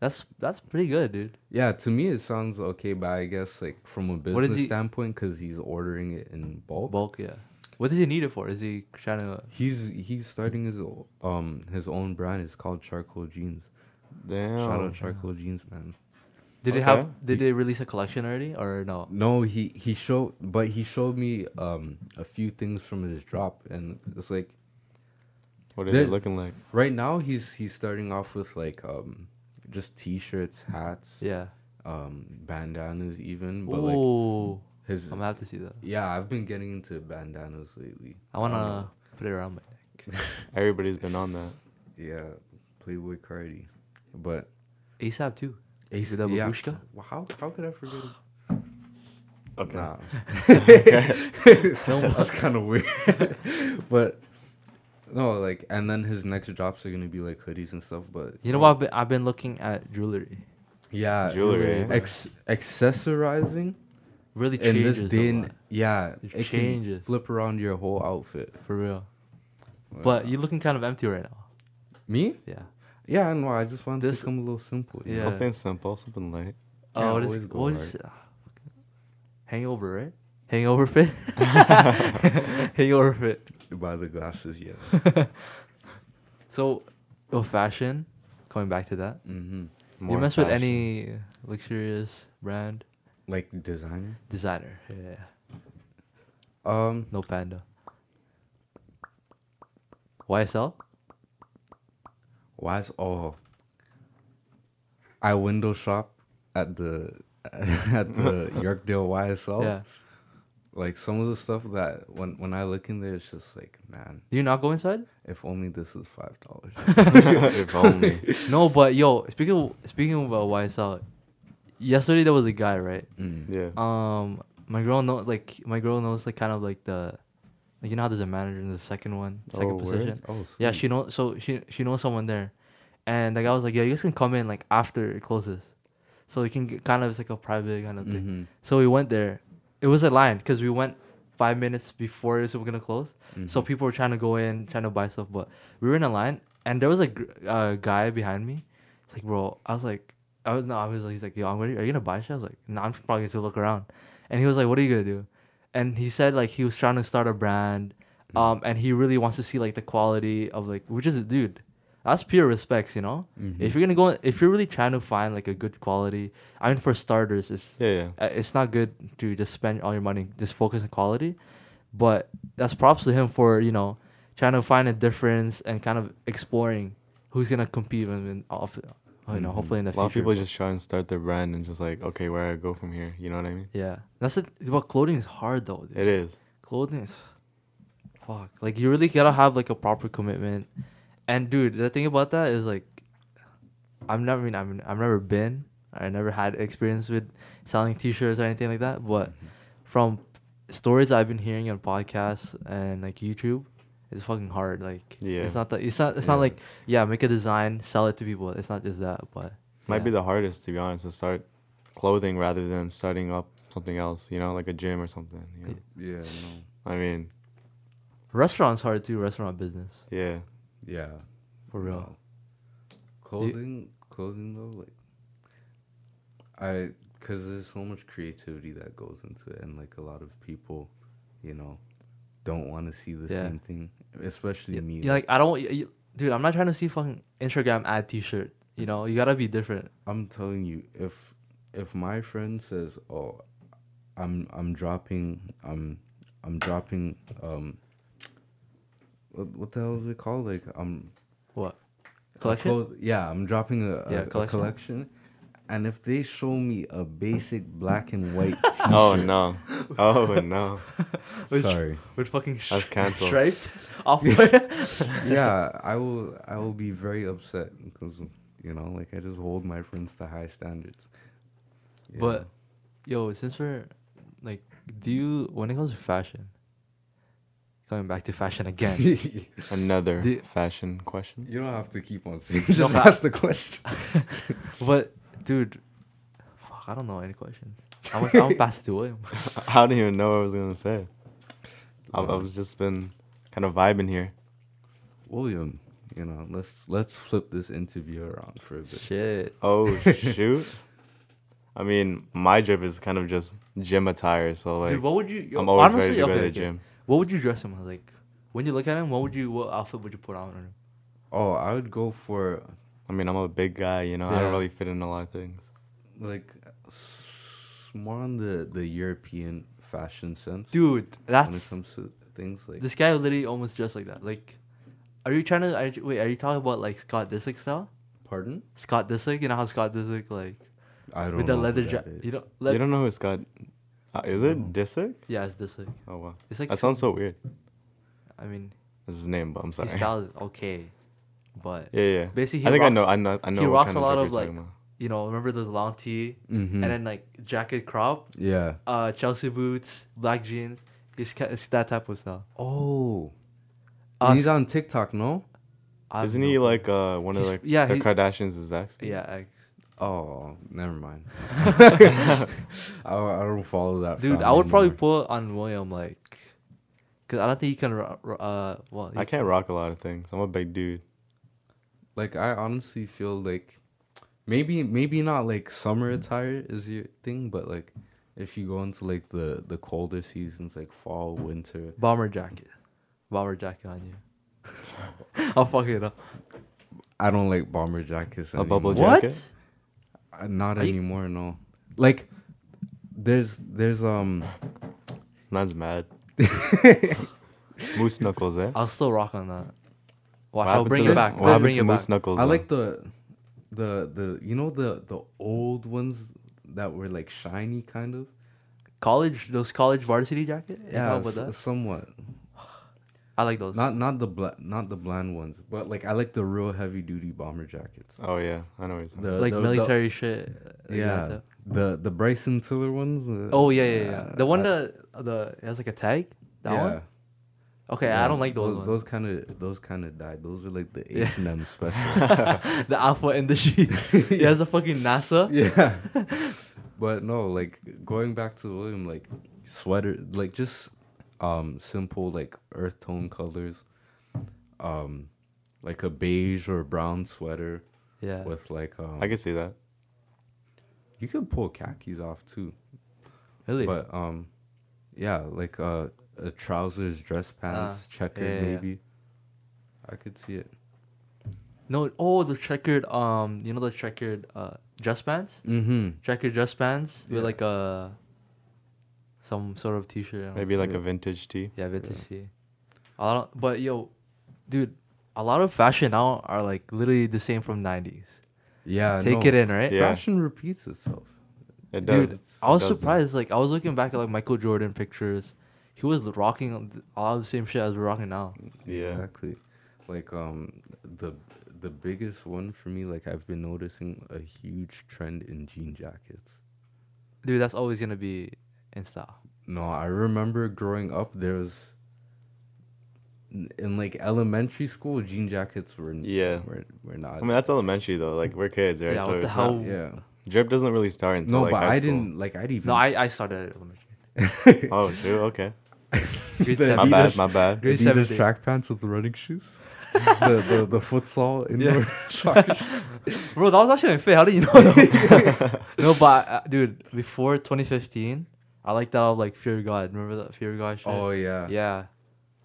Speaker 2: That's that's pretty good, dude.
Speaker 3: Yeah, to me it sounds okay, but I guess like from a
Speaker 2: What is
Speaker 3: business
Speaker 2: he-
Speaker 3: standpoint, because he's ordering it in bulk.
Speaker 2: Bulk, yeah. What does he need it for? Is he trying to?
Speaker 3: He's he's starting his o- um his own brand. It's called Charcoal Jeans.
Speaker 1: Damn.
Speaker 3: Shout
Speaker 2: Oh.
Speaker 3: out Charcoal Jeans, man.
Speaker 2: Did they
Speaker 1: Okay.
Speaker 2: have? Did they release a collection already or no?
Speaker 3: No, he he showed, but he showed me um a few things from his drop, and it's like
Speaker 1: What is
Speaker 3: There's-
Speaker 1: it looking like?
Speaker 3: right now he's he's starting off with like um just t-shirts, hats,
Speaker 2: Yeah.
Speaker 3: um bandanas even, but like
Speaker 2: Ooh,
Speaker 3: his
Speaker 2: I'm gonna have to see that.
Speaker 3: yeah, I've been getting into bandanas lately.
Speaker 2: I
Speaker 3: Um,
Speaker 2: wanna put it around my neck.
Speaker 1: Everybody's been on that.
Speaker 3: yeah, Playboy Cardi, but
Speaker 2: ASAP too. With the babushka?
Speaker 3: Wow, how how could I forget?
Speaker 1: Okay.
Speaker 3: Nah. That's kind of weird. but no, like, and then his next drops are gonna be like hoodies and stuff. But
Speaker 2: You know what? I've been, I've been looking at jewelry.
Speaker 3: Yeah,
Speaker 1: Jewelry, eh?
Speaker 3: Ex- accessorizing
Speaker 2: Really
Speaker 3: in
Speaker 2: changes
Speaker 3: this day,
Speaker 2: a
Speaker 3: and-
Speaker 2: lot,
Speaker 3: yeah,
Speaker 2: It
Speaker 3: can
Speaker 2: changes.
Speaker 3: flip around your whole outfit.
Speaker 2: for real. But you're looking kind of empty right now.
Speaker 3: me?
Speaker 2: Yeah.
Speaker 3: Yeah, I know. I just wanted
Speaker 2: This-
Speaker 3: to come a little simple. you
Speaker 2: Yeah.
Speaker 3: know?
Speaker 1: Something simple, something light.
Speaker 2: Oh,
Speaker 3: Can't
Speaker 2: what is,
Speaker 3: always go
Speaker 2: what is ah, fucking- Hangover, right? Hangover fit. hangover fit.
Speaker 3: By the glasses, yes.
Speaker 2: So, oh, fashion. Coming back to that.
Speaker 3: mm-hmm.
Speaker 1: more
Speaker 2: you mess with
Speaker 1: fashion.
Speaker 2: any luxurious brand
Speaker 3: Like designer.
Speaker 2: designer. Yeah.
Speaker 3: Um,
Speaker 2: No panda. YSL?
Speaker 3: Why is oh? I window shop at the at the Yorkdale
Speaker 1: Oh.
Speaker 3: YSL.
Speaker 2: Yeah.
Speaker 3: Like some of the stuff that when when I look in there, it's just like, man,
Speaker 2: Do you not go inside?
Speaker 3: if only this is five dollars.
Speaker 1: if only.
Speaker 2: no, but yo, speaking of, speaking about YSL, yesterday there was a guy, right?
Speaker 3: mm.
Speaker 1: Yeah.
Speaker 2: Um, my girl know like my girl knows like kind of like the, like you know how there's a manager in the second one, second
Speaker 1: Oh, word? Hmm.
Speaker 2: position.
Speaker 3: Oh,
Speaker 2: Yeah,
Speaker 3: sweet.
Speaker 2: she know. So she she knows someone there, and the guy was like, yeah, you guys can come in like after it closes, so you can get kind of it's like a private kind of
Speaker 1: Mm-hmm.
Speaker 2: thing.
Speaker 3: Mhm.
Speaker 2: So we went there. It was a line because we went five minutes before it was gonna close.
Speaker 3: mm-hmm.
Speaker 2: So people were trying to go in, trying to buy stuff, but we were in a line, and there was a gr- uh, guy behind me. It's like, bro, I was like, I was no, I was like, he's like, yo, I'm gonna, are you gonna buy shit? I was like, no, I'm probably gonna look around. And he was like, what are you gonna do? And he said like he was trying to start a brand, um, and he really wants to see like the quality of like, which is a dude. That's pure respects, you know. If you're gonna go, if you're really trying to find like a good quality, I mean, for starters, it's
Speaker 1: Yeah, yeah.
Speaker 2: uh, it's not good to just spend all your money just focus on quality but that's props to him for you know trying to find a difference and kind of exploring who's gonna compete with him in off, Oh, you know hopefully in the
Speaker 1: Mm-hmm. A lot of
Speaker 2: future
Speaker 1: people just try and start their brand and just like, okay, where I go from here. You know what I mean?
Speaker 2: yeah that's it but clothing is hard though dude.
Speaker 1: It is.
Speaker 2: clothing is fuck like you really gotta have like a proper commitment and dude the thing about that is like i've never I mean, I've, I've never been i never had experience with selling t-shirts or anything like
Speaker 1: Mm-hmm.
Speaker 2: that but from stories i've been hearing on podcasts and like youtube it's fucking hard. Like
Speaker 1: Yeah.
Speaker 2: it's not that it's not it's not
Speaker 3: Yeah.
Speaker 2: like yeah, make a design, sell it to people. It's not just that, but
Speaker 1: Might
Speaker 2: yeah.
Speaker 1: be the hardest to be honest to start clothing rather than starting up something else. You know, like a gym or something. You know?
Speaker 3: Yeah, no.
Speaker 1: I mean,
Speaker 2: restaurants hard too. Restaurant business
Speaker 1: yeah.
Speaker 3: Yeah.
Speaker 2: for real.
Speaker 3: no. Clothing, clothing though, like I, cause there's so much creativity that goes into it, and like a lot of people, you know, don't want to see the
Speaker 2: Yeah.
Speaker 3: same thing, especially
Speaker 2: Yeah,
Speaker 3: me.
Speaker 2: yeah, like I don't, y- y- dude. I'm not trying to see fucking Instagram ad T-shirt. You know, you gotta be different.
Speaker 3: I'm telling you, if if my friend says, "Oh, I'm I'm dropping, I'm I'm dropping, um, what, what the hell is it called? Like um, I'm
Speaker 2: What
Speaker 3: a
Speaker 2: collection?
Speaker 3: clo- yeah, I'm dropping a, a,
Speaker 2: Yeah,
Speaker 3: a collection.
Speaker 2: collection.
Speaker 3: And if they show me a basic black and white T-shirt,
Speaker 1: Oh no. Oh no.
Speaker 2: Which-
Speaker 3: sorry,
Speaker 2: With fucking sh-
Speaker 1: That's canceled.
Speaker 2: stripes off white.
Speaker 3: yeah, I will I will be very upset because you know, like I just hold my friends to high standards. Yeah.
Speaker 2: But yo, since we're like, do you when it comes to fashion? Going back to fashion again.
Speaker 1: Another
Speaker 2: The-
Speaker 1: fashion question.
Speaker 3: You don't have to keep on saying. Just
Speaker 2: No.
Speaker 3: ask the question.
Speaker 2: but dude, fuck, I don't know any questions. I'm gonna, I'm gonna pass it to William.
Speaker 1: I don't even know what I was gonna say. I, I
Speaker 3: Wow.
Speaker 1: was just been kind of vibing here.
Speaker 3: William, you know, let's let's flip this interview around for a bit.
Speaker 2: Shit.
Speaker 1: Oh shoot. I mean, my drip is kind of just gym attire, so like
Speaker 2: dude, what would you? Yo,
Speaker 1: I'm always
Speaker 2: honestly,
Speaker 1: ready to go
Speaker 2: okay,
Speaker 1: to the
Speaker 2: okay.
Speaker 1: gym.
Speaker 2: What would you dress him as? Like, when you look at him, what would you? What outfit would you put on? him?
Speaker 3: Oh, I would go for
Speaker 1: I mean, I'm a big guy, you know. I
Speaker 2: Yeah.
Speaker 1: don't really fit in a lot of things.
Speaker 3: like s- more on the the European fashion sense.
Speaker 2: Dude,
Speaker 3: when it
Speaker 2: that's
Speaker 3: comes to things like
Speaker 2: this guy literally almost dressed like that. Like, are you trying to? Are you, wait, are you talking about like Scott Disick style?
Speaker 3: pardon,
Speaker 2: Scott Disick, you know how Scott Disick like
Speaker 3: I don't
Speaker 2: with the
Speaker 3: know who
Speaker 2: leather
Speaker 3: that
Speaker 2: jacket.
Speaker 3: is.
Speaker 2: You don't. Le-
Speaker 1: you don't know who it's got? Uh, is it Disick?
Speaker 2: yeah, it's Disick.
Speaker 1: Oh wow,
Speaker 2: It's like
Speaker 1: that sounds so weird.
Speaker 2: I mean,
Speaker 1: That's his name, but I'm sorry.
Speaker 2: his style is okay, but
Speaker 1: Yeah, yeah.
Speaker 2: Basically, he
Speaker 1: I think I
Speaker 2: rocks-
Speaker 1: know. I know. I know.
Speaker 2: he
Speaker 1: what
Speaker 2: rocks
Speaker 1: kind
Speaker 2: a lot
Speaker 1: drip
Speaker 2: of
Speaker 1: you're
Speaker 2: like
Speaker 1: talking about.
Speaker 2: you know remember the long tee
Speaker 3: Mhm.
Speaker 1: Mm.
Speaker 2: and then like jacket crop,
Speaker 3: yeah.
Speaker 2: uh Chelsea boots, black jeans. It's, ca- it's that type of style.
Speaker 3: Oh,
Speaker 2: Us.
Speaker 3: he's on TikTok, no?
Speaker 2: I have
Speaker 1: Isn't
Speaker 2: no
Speaker 1: he
Speaker 2: clue.
Speaker 1: like uh, one of
Speaker 2: He's-
Speaker 1: like
Speaker 2: yeah,
Speaker 1: the
Speaker 2: he-
Speaker 1: Kardashians' is actually?
Speaker 2: Yeah, ex-
Speaker 3: Oh, never mind. I, I don't follow that.
Speaker 2: dude,
Speaker 3: family
Speaker 2: I would probably
Speaker 3: anymore.
Speaker 2: pull on William like, cause I don't think he can. ro- ro- Uh, well, he
Speaker 1: I can't rock a lot of things. I'm a big dude.
Speaker 3: Like I honestly feel like maybe maybe not like summer attire is your thing, but like if you go into like the the colder seasons like fall, winter,
Speaker 2: Bomber jacket. Bomber jacket on you. I'll fuck it up.
Speaker 3: I don't like bomber jackets.
Speaker 1: A bubble
Speaker 3: anymore.
Speaker 2: What?
Speaker 1: jacket?
Speaker 3: Uh, Not
Speaker 2: Are you-
Speaker 3: anymore, no. Like there's there's um
Speaker 1: Man's mad. Moose knuckles, eh?
Speaker 2: I'll still rock on that.
Speaker 1: What
Speaker 2: Watch, I'll
Speaker 1: happened
Speaker 2: bring
Speaker 1: to
Speaker 2: it
Speaker 1: the-
Speaker 2: back.
Speaker 1: What
Speaker 2: I'll
Speaker 1: happened
Speaker 2: bring
Speaker 1: to
Speaker 2: it back.
Speaker 1: moose knuckles?
Speaker 3: I
Speaker 1: though?
Speaker 3: like the the the you know the the old ones that were like shiny kind of.
Speaker 2: College, those college varsity jacket. Yeah,
Speaker 3: Yeah,
Speaker 2: about
Speaker 3: s-
Speaker 2: that.
Speaker 3: somewhat.
Speaker 2: I like those.
Speaker 3: Not not the bla- not the bland ones, but like I like the real heavy duty bomber jackets.
Speaker 1: Oh yeah, I know what you're talking.
Speaker 3: The-
Speaker 2: like
Speaker 3: the- the-
Speaker 2: military shit. like that
Speaker 3: yeah,
Speaker 2: type.
Speaker 3: the the Bryson Tiller ones. uh,
Speaker 2: Oh yeah, yeah, yeah.
Speaker 3: uh,
Speaker 2: The one
Speaker 3: I-
Speaker 2: that the it has like a tag. That
Speaker 3: yeah,
Speaker 2: one. Okay, I
Speaker 3: yeah.
Speaker 2: don't like those,
Speaker 3: Those,
Speaker 2: ones.
Speaker 3: those kind of those kind of died. Those are like the
Speaker 2: Yeah.
Speaker 3: H and M special.
Speaker 2: the alpha and the sheet. He has a fucking NASA.
Speaker 3: yeah, but no, like going back to William, like sweater, like just um simple like earth tone colors, um like a beige or brown sweater
Speaker 2: Yeah.
Speaker 3: with like um.
Speaker 1: I can see that.
Speaker 3: you could pull khakis off too.
Speaker 2: Really?
Speaker 3: But um, yeah, like uh, uh trousers, dress pants, checkered
Speaker 2: Ah, yeah, yeah, yeah.
Speaker 3: maybe. I could see it.
Speaker 2: No, oh, the checkered, um, you know the checkered uh dress pants,
Speaker 3: Mm-hmm.
Speaker 2: checkered dress pants
Speaker 3: Yeah.
Speaker 2: with like a some sort of t-shirt.
Speaker 1: Maybe like
Speaker 3: yeah.
Speaker 1: a vintage tee.
Speaker 2: Oh, Yeah, vintage tee. A lot, of, but yo, dude, a lot of fashion now are like literally the same from '90s.
Speaker 3: Yeah.
Speaker 2: Take
Speaker 3: no,
Speaker 2: it in, right?
Speaker 1: Yeah.
Speaker 3: Fashion repeats itself.
Speaker 1: It does.
Speaker 2: Dude, I was
Speaker 1: It does.
Speaker 2: surprised. Like, I was looking back at like Michael Jordan pictures. He was rocking a lot of the same shit as we're rocking now.
Speaker 1: Yeah.
Speaker 3: Exactly. Like um, the the biggest one for me, like I've been noticing a huge trend in jean jackets.
Speaker 2: Dude, that's always gonna be in style.
Speaker 3: No, I remember growing up there was in, in like elementary school, jean jackets were n-
Speaker 1: Yeah.
Speaker 3: were, were not.
Speaker 1: I mean, that's elementary though. Like we're kids, right?
Speaker 2: Yeah, what the
Speaker 1: it's
Speaker 2: hell?
Speaker 1: not-
Speaker 3: yeah.
Speaker 1: drip doesn't really start until
Speaker 3: No,
Speaker 1: like
Speaker 3: but
Speaker 1: high
Speaker 3: I
Speaker 1: school.
Speaker 3: didn't like. I'd even
Speaker 2: No, I, I started at elementary.
Speaker 1: Oh shoot. Okay.
Speaker 2: Grade
Speaker 3: The
Speaker 1: My
Speaker 2: seven.
Speaker 1: bad.
Speaker 3: Adidas-
Speaker 1: My bad.
Speaker 2: Grade
Speaker 3: Adidas
Speaker 2: seventeen.
Speaker 3: track pants with the running shoes, the, the the futsal indoor soccer. shoes.
Speaker 2: Bro, that was actually my fit. How do you know? that? no, but uh, dude, before 2015, I liked that of like Fear of God. Remember that Fear of God shit?
Speaker 3: Oh yeah.
Speaker 2: yeah.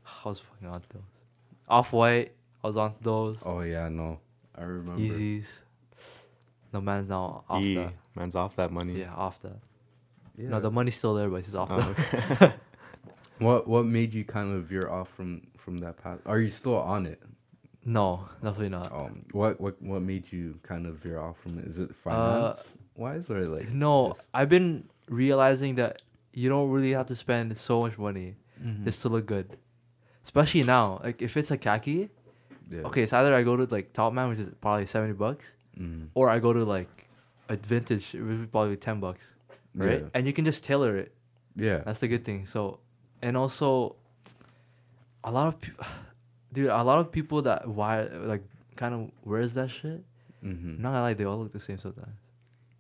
Speaker 2: I was fucking on those. Off white. I was on those.
Speaker 3: Oh yeah. No, I remember.
Speaker 2: Yeezys. No man, now off
Speaker 1: E.
Speaker 2: that.
Speaker 1: Man's off that money.
Speaker 2: Yeah, off that.
Speaker 3: Yeah.
Speaker 2: No, the money's still there, but it's just off
Speaker 1: Oh,
Speaker 2: that.
Speaker 3: What what made you kind of veer off from from that path? Are you still on it?
Speaker 2: No, definitely not.
Speaker 3: Um, what what what made you kind of veer off from it? Is it
Speaker 2: Uh,
Speaker 3: finance wise or like
Speaker 2: No,
Speaker 3: just-
Speaker 2: I've been realizing that you don't really have to spend so much money
Speaker 3: Hmm.
Speaker 2: just to look good. Especially now, like if it's a khaki,
Speaker 3: yeah.
Speaker 2: okay, it's either I go to like Top Man, which is probably seventy bucks,
Speaker 3: Mhm.
Speaker 2: or I go to like a vintage, which is probably ten bucks, right?
Speaker 3: Yeah.
Speaker 2: And you can just tailor it.
Speaker 3: Yeah.
Speaker 2: That's the good thing. So, and also, a lot of people, dude, a lot of people that why like kind of wears that shit.
Speaker 3: hmm
Speaker 2: Not gonna lie, they all look the same sometimes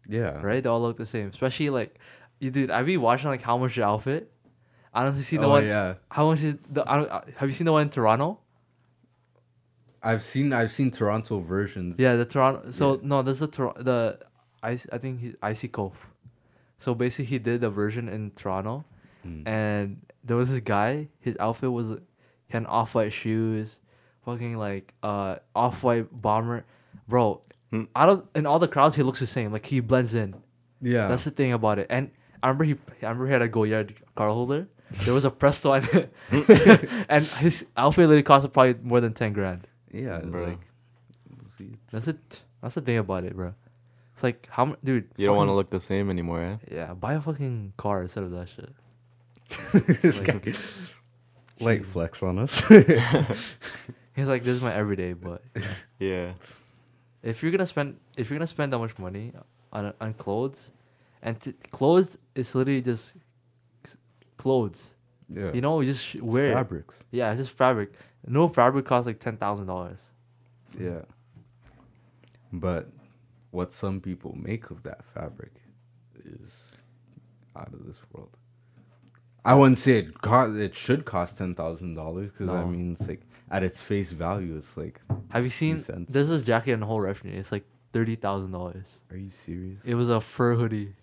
Speaker 3: Yeah.
Speaker 2: right? They all look the same. Especially like, you dude, I be watching like how much your outfit. I honestly see the
Speaker 3: Oh,
Speaker 2: one.
Speaker 3: Yeah.
Speaker 2: How much is the? I don't, uh, have you seen the one in Toronto?
Speaker 3: I've seen I've seen Toronto versions.
Speaker 2: Yeah, the Toronto. So
Speaker 3: Yeah.
Speaker 2: no, there's the Tor- the I I think he, Icy Cove. So basically, he did a version in Toronto,
Speaker 3: Mm.
Speaker 2: and there was this guy. His outfit was he had off white shoes, fucking like uh off white bomber, bro.
Speaker 1: Hmm.
Speaker 2: I don't. In all the crowds, he looks the same. Like he blends in.
Speaker 3: Yeah.
Speaker 2: That's the thing about it. And I remember he, I remember he had a Goyard card holder. There was a Presto on it, and his outfit literally cost probably more than ten grand.
Speaker 3: yeah.
Speaker 1: Bro.
Speaker 3: Like, see, it's-
Speaker 2: That's it. That's the thing about it, bro. It's like how, mu- dude.
Speaker 1: You don't want to look the same anymore, eh?
Speaker 2: to. Yeah, buy a fucking car instead of that shit.
Speaker 3: this guy- like flex on us.
Speaker 2: He's like, this is my everyday, but
Speaker 1: Yeah.
Speaker 2: if you're gonna spend, if you're gonna spend that much money on on clothes, and t- clothes is literally just s- clothes.
Speaker 3: yeah.
Speaker 2: You know, you just sh-
Speaker 3: It's
Speaker 2: wear. it.
Speaker 3: fabrics.
Speaker 2: Yeah, it's just fabric. No fabric costs like ten thousand dollars.
Speaker 3: Yeah. But what some people make of that fabric is out of this world. I wouldn't say it co- it should cost ten thousand dollars because I
Speaker 2: No.
Speaker 3: mean it's like at its face value it's like
Speaker 2: Have you seen?
Speaker 3: cents.
Speaker 2: There's this jacket in the whole revenue. It's like thirty thousand dollars.
Speaker 3: are you serious?
Speaker 2: It was a fur hoodie,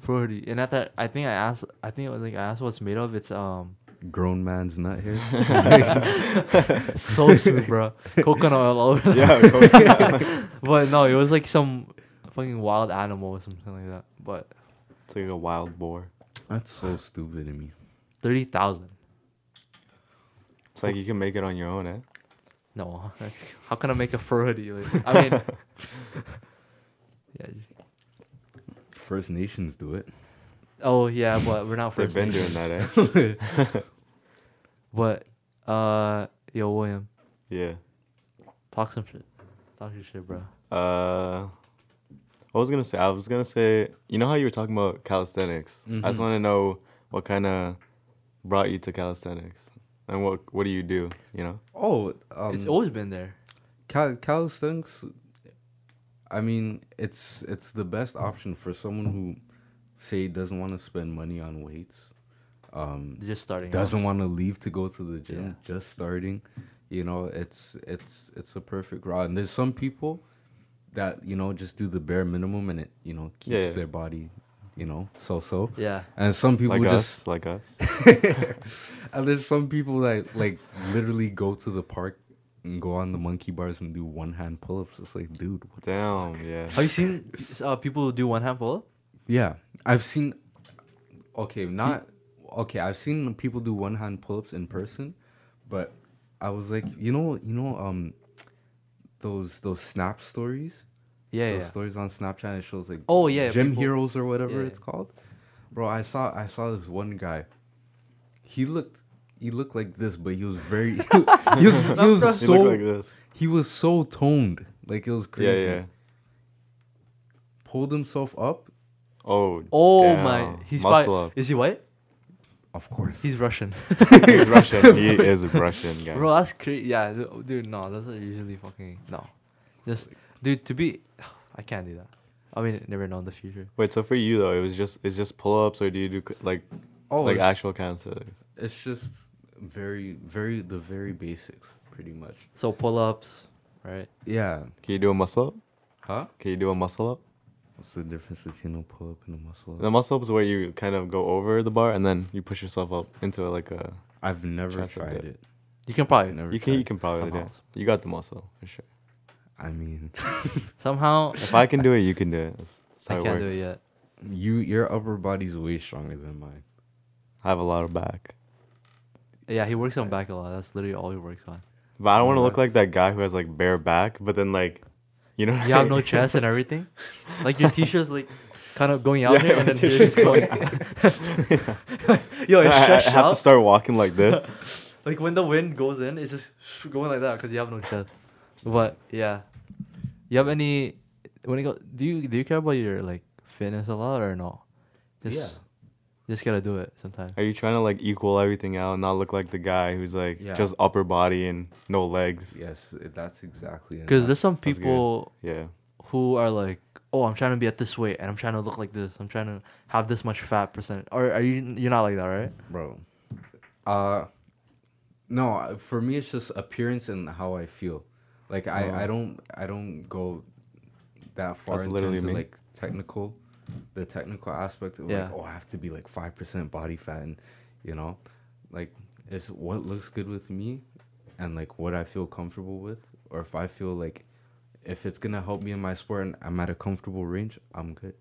Speaker 2: fur hoodie. And at that, I think I asked. I think it was like I asked what's made of. It's um
Speaker 3: Grown man's nut hair.
Speaker 2: so smooth, bro. Coconut oil all over.
Speaker 1: Yeah. of course.
Speaker 2: But no, it was like some fucking wild animal or something like that. But
Speaker 1: it's like a wild boar.
Speaker 3: That's so stupid to me.
Speaker 2: thirty thousand.
Speaker 1: It's like you can make it on your own, eh?
Speaker 2: No, that's- how can I make a fur hoodie? Like, I mean, yeah. just-
Speaker 3: First Nations do it.
Speaker 2: Oh yeah, but we're not
Speaker 1: They've
Speaker 2: first.
Speaker 1: been
Speaker 2: Nation.
Speaker 1: doing that, eh?
Speaker 2: But uh, yo, William,
Speaker 1: yeah.
Speaker 2: talk some shit. Talk your shit, bro.
Speaker 1: Uh, I was gonna say. I was gonna say. You know how you were talking about calisthenics. I
Speaker 2: Mm-hmm.
Speaker 1: just want to know what kind of brought you to calisthenics, and what what do you do? You know.
Speaker 3: Oh, um,
Speaker 2: it's always been there.
Speaker 3: Cal- calisthenics i mean it's it's the best option for someone who say doesn't want to spend money on weights um
Speaker 2: They're just starting.
Speaker 3: doesn't want to leave to go to the gym
Speaker 2: Yeah.
Speaker 3: just starting you know it's it's it's a perfect route and there's some people that you know just do the bare minimum and it you know keeps
Speaker 1: Yeah.
Speaker 3: their body you know so so
Speaker 2: Out. Yeah.
Speaker 3: and some people
Speaker 1: Like us,
Speaker 3: just
Speaker 1: like us.
Speaker 3: and there's some people that like literally go to the park and go on the monkey bars and do one hand pull ups. It's like, dude, what?
Speaker 1: Damn, yeah.
Speaker 2: Have you seen uh, people who do one hand pull up?
Speaker 3: Yeah, I've seen. Okay, not okay. I've seen people do one hand pull ups in person, but I was like, you know, you know, um, those those snap stories.
Speaker 2: Yeah,
Speaker 3: those
Speaker 2: yeah.
Speaker 3: stories on Snapchat. It shows like
Speaker 2: Oh, yeah,
Speaker 3: gym
Speaker 2: people-
Speaker 3: heroes or whatever
Speaker 2: Yeah.
Speaker 3: it's called. Bro, I saw I saw this one guy. He looked he looked like this, but he was very he was, he was
Speaker 1: You
Speaker 3: so
Speaker 1: look like this.
Speaker 3: he was so toned, like it was crazy.
Speaker 1: Yeah, yeah.
Speaker 3: Pulled himself up.
Speaker 1: Oh.
Speaker 2: Oh
Speaker 1: damn.
Speaker 2: my, he's
Speaker 1: muscle
Speaker 2: probably,
Speaker 1: up.
Speaker 2: Is he white?
Speaker 3: Of course.
Speaker 2: He's Russian.
Speaker 1: He's Russian. He is Russian, guys.
Speaker 2: Bro, that's crazy. Yeah, th- dude, no, that's not usually fucking no. Just dude, to be, I can't do that. I mean, never know in the future.
Speaker 1: Wait, so for you though, it was just it's just pull ups, or do you do c- like
Speaker 3: oh,
Speaker 1: like
Speaker 3: it's,
Speaker 1: actual calisthenics?
Speaker 3: it's just very, very the very basics, pretty much.
Speaker 2: So pull ups, right?
Speaker 3: Yeah.
Speaker 1: Can you do a muscle up?
Speaker 3: Huh?
Speaker 1: Can you do a muscle up?
Speaker 3: What's the difference between a pull up and a muscle
Speaker 1: The
Speaker 3: up?
Speaker 1: muscle up is where you kind of go over the bar and then you push yourself up into like a.
Speaker 3: I've never
Speaker 1: Tricep
Speaker 3: tried
Speaker 1: dip.
Speaker 3: it.
Speaker 2: You can probably
Speaker 3: Never Oh,
Speaker 1: You can you
Speaker 3: tried.
Speaker 1: can probably do.
Speaker 2: Somehow.
Speaker 1: It. You got the muscle for sure.
Speaker 3: I mean,
Speaker 2: somehow.
Speaker 1: If I can do it, you can do it. That's, that's
Speaker 2: I
Speaker 1: how it
Speaker 2: can't do
Speaker 1: works.
Speaker 2: it yet.
Speaker 3: you your upper body's way stronger than mine.
Speaker 1: I have a lot of back,
Speaker 2: Yeah, he works on back a lot. That's literally all he works on.
Speaker 1: but I don't
Speaker 3: Oh,
Speaker 1: want to look
Speaker 3: that's-
Speaker 1: like that guy who has like bare back, but then like, you know, what
Speaker 2: You have
Speaker 1: I
Speaker 2: no
Speaker 1: mean?
Speaker 2: chest and everything. Like your t-shirt's like kind of going out
Speaker 1: Yeah,
Speaker 2: there, and
Speaker 1: my
Speaker 2: then it's just going. Yo,
Speaker 1: I,
Speaker 2: it's
Speaker 1: I- I
Speaker 2: stretched
Speaker 1: have to
Speaker 2: out.
Speaker 1: start walking like this.
Speaker 2: Like when the wind goes in, it's just going like that because you have no chest. But yeah, you have any? When you go, do you do you care about your like fitness a lot or no? Just,
Speaker 3: Yeah.
Speaker 2: You just gotta do it sometimes.
Speaker 1: Are you trying to like equal everything out and not look like the guy who's like
Speaker 3: Yeah.
Speaker 1: just upper body and no legs?
Speaker 3: Yes, it- that's exactly. it.
Speaker 2: Because there's some
Speaker 1: that's good.
Speaker 2: people
Speaker 1: Yeah.
Speaker 2: who are like, oh, I'm trying to be at this weight and I'm trying to look like this. I'm trying to have this much fat percent. Or are you? You're not like that, right?
Speaker 3: bro. Uh, no, I- for me it's just appearance and how I feel. Like I,
Speaker 2: Uh-huh.
Speaker 3: I don't, I don't go that far
Speaker 1: That's
Speaker 3: in
Speaker 1: literally
Speaker 3: terms
Speaker 1: me.
Speaker 3: of like technical, the technical aspect of
Speaker 2: Yeah.
Speaker 3: like, oh, I have to be like five percent body fat, and you know, like it's what looks good with me, and like what I feel comfortable with, or if I feel like. If it's gonna help me in my sport and I'm at a comfortable range, I'm good.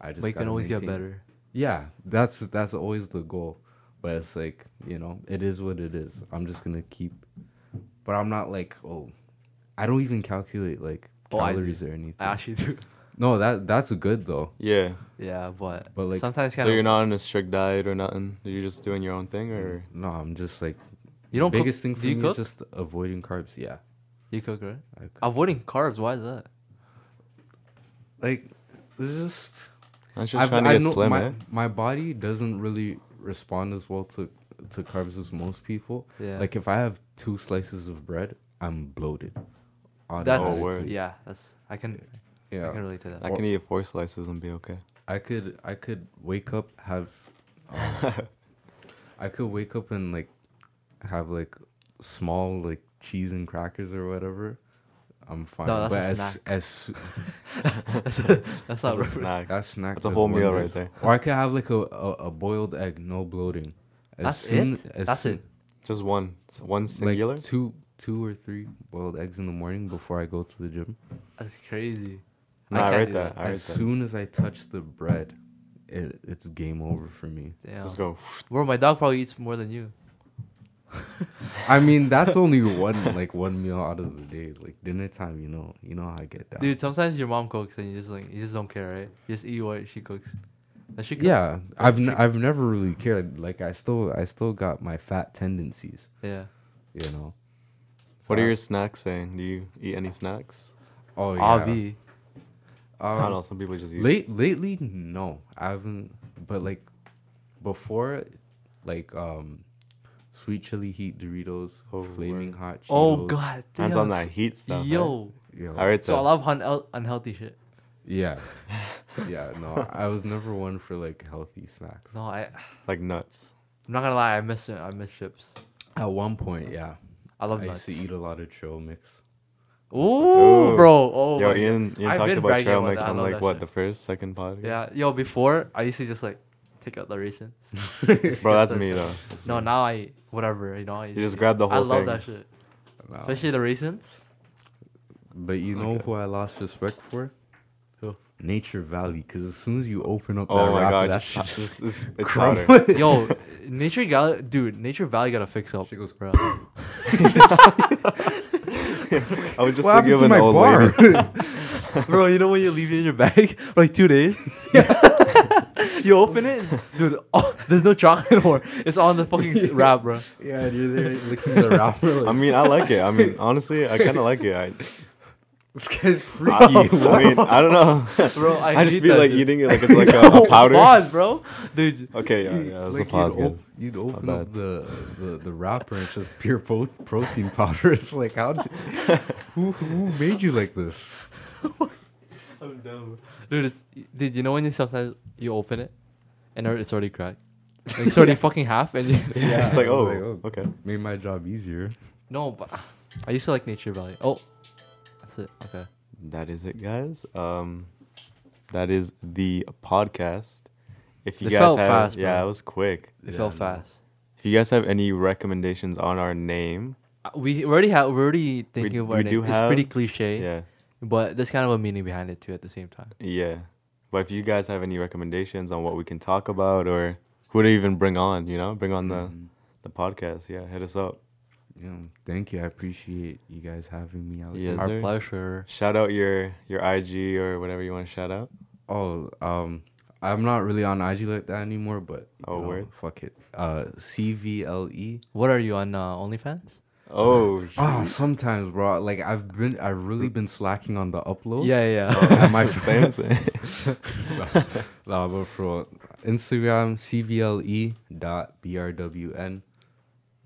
Speaker 3: I just
Speaker 2: But you can
Speaker 3: gotta
Speaker 2: always get
Speaker 3: maintain.
Speaker 2: better.
Speaker 3: Yeah, that's that's always the goal. But it's like, you know, it is what it is. I'm just gonna keep but I'm not like, oh I don't even calculate like
Speaker 2: Oh, I do.
Speaker 3: calories or anything.
Speaker 2: I actually do.
Speaker 3: no, that that's good though.
Speaker 1: Yeah.
Speaker 2: Yeah, but,
Speaker 3: But, like,
Speaker 2: sometimes
Speaker 1: So
Speaker 2: kind
Speaker 1: you're
Speaker 2: of
Speaker 1: not on a strict diet or nothing. You're just doing your own thing, or
Speaker 3: No, I'm just like
Speaker 2: you don't
Speaker 3: biggest
Speaker 2: cook,
Speaker 3: thing
Speaker 2: do
Speaker 3: for
Speaker 2: you
Speaker 3: me
Speaker 2: cook?
Speaker 3: is just avoiding carbs, yeah.
Speaker 2: you cook right.
Speaker 3: I cook.
Speaker 2: Avoiding carbs. Why is that?
Speaker 3: Like it's just
Speaker 1: I'm just
Speaker 3: I've-
Speaker 1: trying to
Speaker 3: I
Speaker 1: get
Speaker 3: know
Speaker 1: slim,
Speaker 3: my,
Speaker 1: eh?
Speaker 3: my body doesn't really respond as well to to carbs as most people.
Speaker 2: Yeah.
Speaker 3: Like if I have two slices of bread, I'm bloated.
Speaker 2: That's
Speaker 1: Oh,
Speaker 3: Automatically.
Speaker 1: word.
Speaker 2: yeah. That's I can
Speaker 3: Yeah.
Speaker 2: I can relate to that.
Speaker 1: I can eat four slices and be okay.
Speaker 3: I could I could wake up have um, I could wake up and like have like small like cheese and crackers or whatever. I'm fine.
Speaker 2: No, that's a
Speaker 3: but
Speaker 2: snack.
Speaker 3: as,
Speaker 2: that's, that's not
Speaker 1: That's a
Speaker 2: right.
Speaker 1: snack.
Speaker 3: as that snack
Speaker 1: That's a
Speaker 3: does
Speaker 1: whole meal right
Speaker 3: wonders.
Speaker 1: there.
Speaker 3: Or I could have like a, a, a boiled egg, no bloating. As
Speaker 2: That's
Speaker 3: soon-
Speaker 2: it.
Speaker 3: as
Speaker 2: That's
Speaker 3: soon-
Speaker 2: it.
Speaker 1: Just one, s- one singular.
Speaker 3: Like two two or three boiled eggs in the morning before I go to the gym.
Speaker 2: That's crazy.
Speaker 1: Nah, I
Speaker 2: can't
Speaker 1: read
Speaker 2: do
Speaker 1: that. I read
Speaker 3: as soon as I touch the bread, it, it's game over for me.
Speaker 2: Damn.
Speaker 1: Let's go.
Speaker 2: Bro, my dog probably eats more than you.
Speaker 3: I mean, that's only one like one meal out of the day. Like dinner time, you know, you know how I get down.
Speaker 2: Dude, sometimes your mom cooks and you just like you just don't care, right? You just eat what she cooks. Does she cook?
Speaker 3: yeah, I've n- I've never really cared. Like I still I still got my fat tendencies,
Speaker 2: Yeah.
Speaker 3: you know.
Speaker 1: What
Speaker 3: So
Speaker 1: are
Speaker 3: I-
Speaker 1: your snacks saying? Do you eat any snacks?
Speaker 3: oh yeah?
Speaker 2: Avi.
Speaker 1: I don't
Speaker 3: Um,
Speaker 1: know. Some people just eat.
Speaker 3: late lately, no, I haven't. But like before, like um, sweet chili heat Doritos,
Speaker 1: Oh,
Speaker 3: flaming
Speaker 1: word.
Speaker 3: hot. Cheetos,
Speaker 2: Oh god.
Speaker 1: Hands
Speaker 2: damn,
Speaker 1: on that
Speaker 2: s-
Speaker 1: heat stuff. eh?
Speaker 2: Yo.
Speaker 3: you know.
Speaker 1: I read that.
Speaker 2: So I love un- unhealthy shit.
Speaker 3: Yeah, yeah. No, I was never one for like healthy snacks.
Speaker 2: No, I
Speaker 1: like nuts.
Speaker 2: I'm not gonna lie, I miss it. I miss chips.
Speaker 3: At one point, yeah.
Speaker 2: I love
Speaker 3: I
Speaker 2: nuts.
Speaker 3: used to eat a lot of trail mix.
Speaker 2: Ooh,
Speaker 1: Ooh.
Speaker 2: bro. Oh my
Speaker 1: Yo,
Speaker 2: God.
Speaker 1: Ian, Ian
Speaker 2: I've
Speaker 1: talked
Speaker 2: been
Speaker 1: about
Speaker 2: bragging
Speaker 1: trail
Speaker 2: about
Speaker 1: mix
Speaker 2: that. I
Speaker 1: on
Speaker 2: love
Speaker 1: like
Speaker 2: that
Speaker 1: what
Speaker 2: shit.
Speaker 1: the first, second pod.
Speaker 2: Yeah. Yo, before I used to just like take out the raisins. Just
Speaker 1: bro,
Speaker 2: get
Speaker 1: that's
Speaker 2: the-
Speaker 1: me though.
Speaker 2: No, now I eat whatever, you know. I
Speaker 1: You just grab the
Speaker 2: I
Speaker 1: whole
Speaker 2: love
Speaker 1: thing. Oh.
Speaker 2: that shit.
Speaker 3: Nah.
Speaker 2: Especially the raisins.
Speaker 3: But you know
Speaker 1: Okay.
Speaker 3: who I lost respect for?
Speaker 2: Who?
Speaker 3: Nature Valley, because as soon as you open up that
Speaker 1: Oh my
Speaker 3: wrapper,
Speaker 1: god,
Speaker 3: that
Speaker 1: just,
Speaker 3: shit
Speaker 1: it's,
Speaker 3: just
Speaker 1: it's, it's powder.
Speaker 3: crumbles.
Speaker 2: Yo, Nature Valley, dude, Nature Valley gotta fix up.
Speaker 3: She goes,
Speaker 2: bro.
Speaker 1: I was just thinking of an old lady.
Speaker 2: bro, you know when you leave it in your bag for like two days? you open it, it's- dude, oh, there's no chocolate anymore. It's on the fucking wrap, bro.
Speaker 3: yeah, and you're there licking the wrapper.
Speaker 1: I mean, I like it. I mean, honestly, I kind of like it. I,
Speaker 3: This guy's
Speaker 1: I,
Speaker 3: freaky.
Speaker 1: I mean, I don't know.
Speaker 2: Bro, I
Speaker 1: I just
Speaker 2: hate
Speaker 1: be
Speaker 2: that,
Speaker 1: like
Speaker 2: dude.
Speaker 1: eating it like it's like a, a powder.
Speaker 2: Pause, bro. Dude,
Speaker 1: Okay, yeah,
Speaker 3: You-
Speaker 1: yeah. That's
Speaker 3: like
Speaker 1: a pause,
Speaker 3: you'd, op-
Speaker 1: guys.
Speaker 3: you'd open
Speaker 1: My
Speaker 3: up
Speaker 1: bad.
Speaker 3: the, the the wrapper and it's just pure po- protein powder. It's like how who who made you like this?
Speaker 2: I'm dumb. Dude, it's, dude, you know when you sometimes you open it and it's already cracked? Like, it's already fucking half and you,
Speaker 3: Yeah,
Speaker 1: It's like,
Speaker 3: I was
Speaker 1: oh,
Speaker 3: like, oh.
Speaker 1: okay.
Speaker 3: Made my job easier.
Speaker 2: No, but I used to like Nature Valley. Oh, that's it. Okay.
Speaker 1: That is it, guys. Um, that is the podcast. If you
Speaker 2: It
Speaker 1: guys
Speaker 2: felt
Speaker 1: have,
Speaker 2: fast,
Speaker 1: yeah,
Speaker 2: bro.
Speaker 1: it was quick.
Speaker 2: It
Speaker 3: Yeah,
Speaker 2: fell
Speaker 3: no.
Speaker 2: fast.
Speaker 1: If you guys have any recommendations on our name,
Speaker 2: Uh, We already have. We're already thinking of our
Speaker 1: we
Speaker 2: name.
Speaker 1: do
Speaker 2: it's
Speaker 1: have-
Speaker 2: pretty cliche,
Speaker 1: yeah,
Speaker 2: but there's kind of a meaning behind it too. At the same time,
Speaker 1: yeah. But if you guys have any recommendations on what we can talk about or who to even bring on, you know, bring on
Speaker 2: Mm-hmm.
Speaker 3: Mhm.
Speaker 1: the the podcast, yeah, hit us up.
Speaker 3: Yeah, thank you. I appreciate you guys having me out.
Speaker 1: Yes,
Speaker 3: here.
Speaker 2: our
Speaker 1: sir.
Speaker 2: pleasure.
Speaker 1: Shout out your your IG or whatever you want to shout out.
Speaker 3: Oh, um, I'm not really on IG like that anymore, but you
Speaker 1: Oh, word.
Speaker 3: fuck it. Uh, C V L E.
Speaker 2: What are you on uh, OnlyFans?
Speaker 1: Oh, sh-
Speaker 3: Ah, sometimes, bro. Like I've been, I've really been slacking on the uploads.
Speaker 2: Yeah,
Speaker 1: Oh.
Speaker 2: yeah.
Speaker 3: And my
Speaker 1: same, same.
Speaker 3: nah, but for Instagram, CVLE E dot BRWN.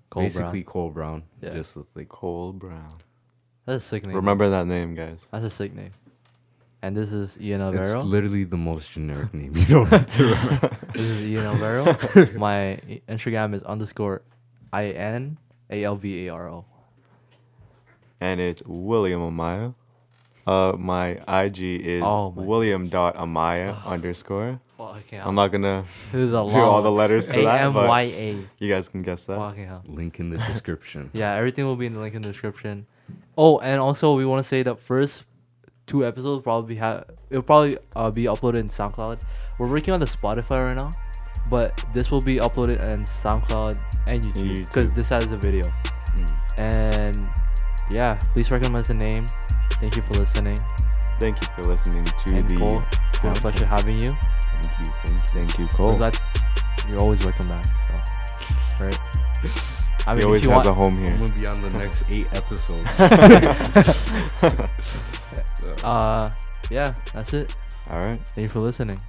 Speaker 2: Cole
Speaker 3: basically Cole Brown.
Speaker 2: Yeah.
Speaker 3: Just with like
Speaker 1: Cole Brown.
Speaker 2: That's a sick name.
Speaker 1: Remember that name, guys.
Speaker 2: That's a sick name. And this is Ian
Speaker 3: it's
Speaker 2: Alvaro.
Speaker 3: literally the most generic name. You don't have to remember.
Speaker 2: this is Ian Alvaro. My i- Instagram is underscore I N A L V A R O.
Speaker 1: and it's William Amaya. Uh, my IG is
Speaker 2: Oh my
Speaker 1: William dot Amaya underscore.
Speaker 2: Fucking hell.
Speaker 1: I'm not gonna
Speaker 2: This is a long
Speaker 1: do all the letters to
Speaker 2: A
Speaker 1: that,
Speaker 2: M Y
Speaker 1: but
Speaker 2: A.
Speaker 1: you guys can guess that.
Speaker 2: Fucking hell.
Speaker 3: Link in the description.
Speaker 2: Yeah, everything will be in the link in the description. Oh, and also we want to say that first two episodes probably have it'll probably uh, be uploaded in SoundCloud. We're working on the Spotify right now, but this will be uploaded in SoundCloud and YouTube
Speaker 1: YouTube.
Speaker 2: because this has a video.
Speaker 3: Mm.
Speaker 2: And yeah, please recommend us a name. Thank you for listening.
Speaker 1: Thank you for listening to
Speaker 2: And
Speaker 1: the.
Speaker 2: Cole, it's been a
Speaker 1: podcast.
Speaker 2: pleasure having you.
Speaker 3: Thank you. Thank you.
Speaker 1: Thank you,
Speaker 2: We're
Speaker 1: Cole.
Speaker 2: glad you're always welcome back. So, right. I
Speaker 1: he
Speaker 2: mean,
Speaker 1: always
Speaker 2: if you
Speaker 1: has
Speaker 2: want,
Speaker 1: a home
Speaker 3: I'm
Speaker 1: here.
Speaker 3: gonna be on the next eight episodes.
Speaker 2: uh, yeah, that's it. uh,
Speaker 1: All right.
Speaker 2: Thank you for listening.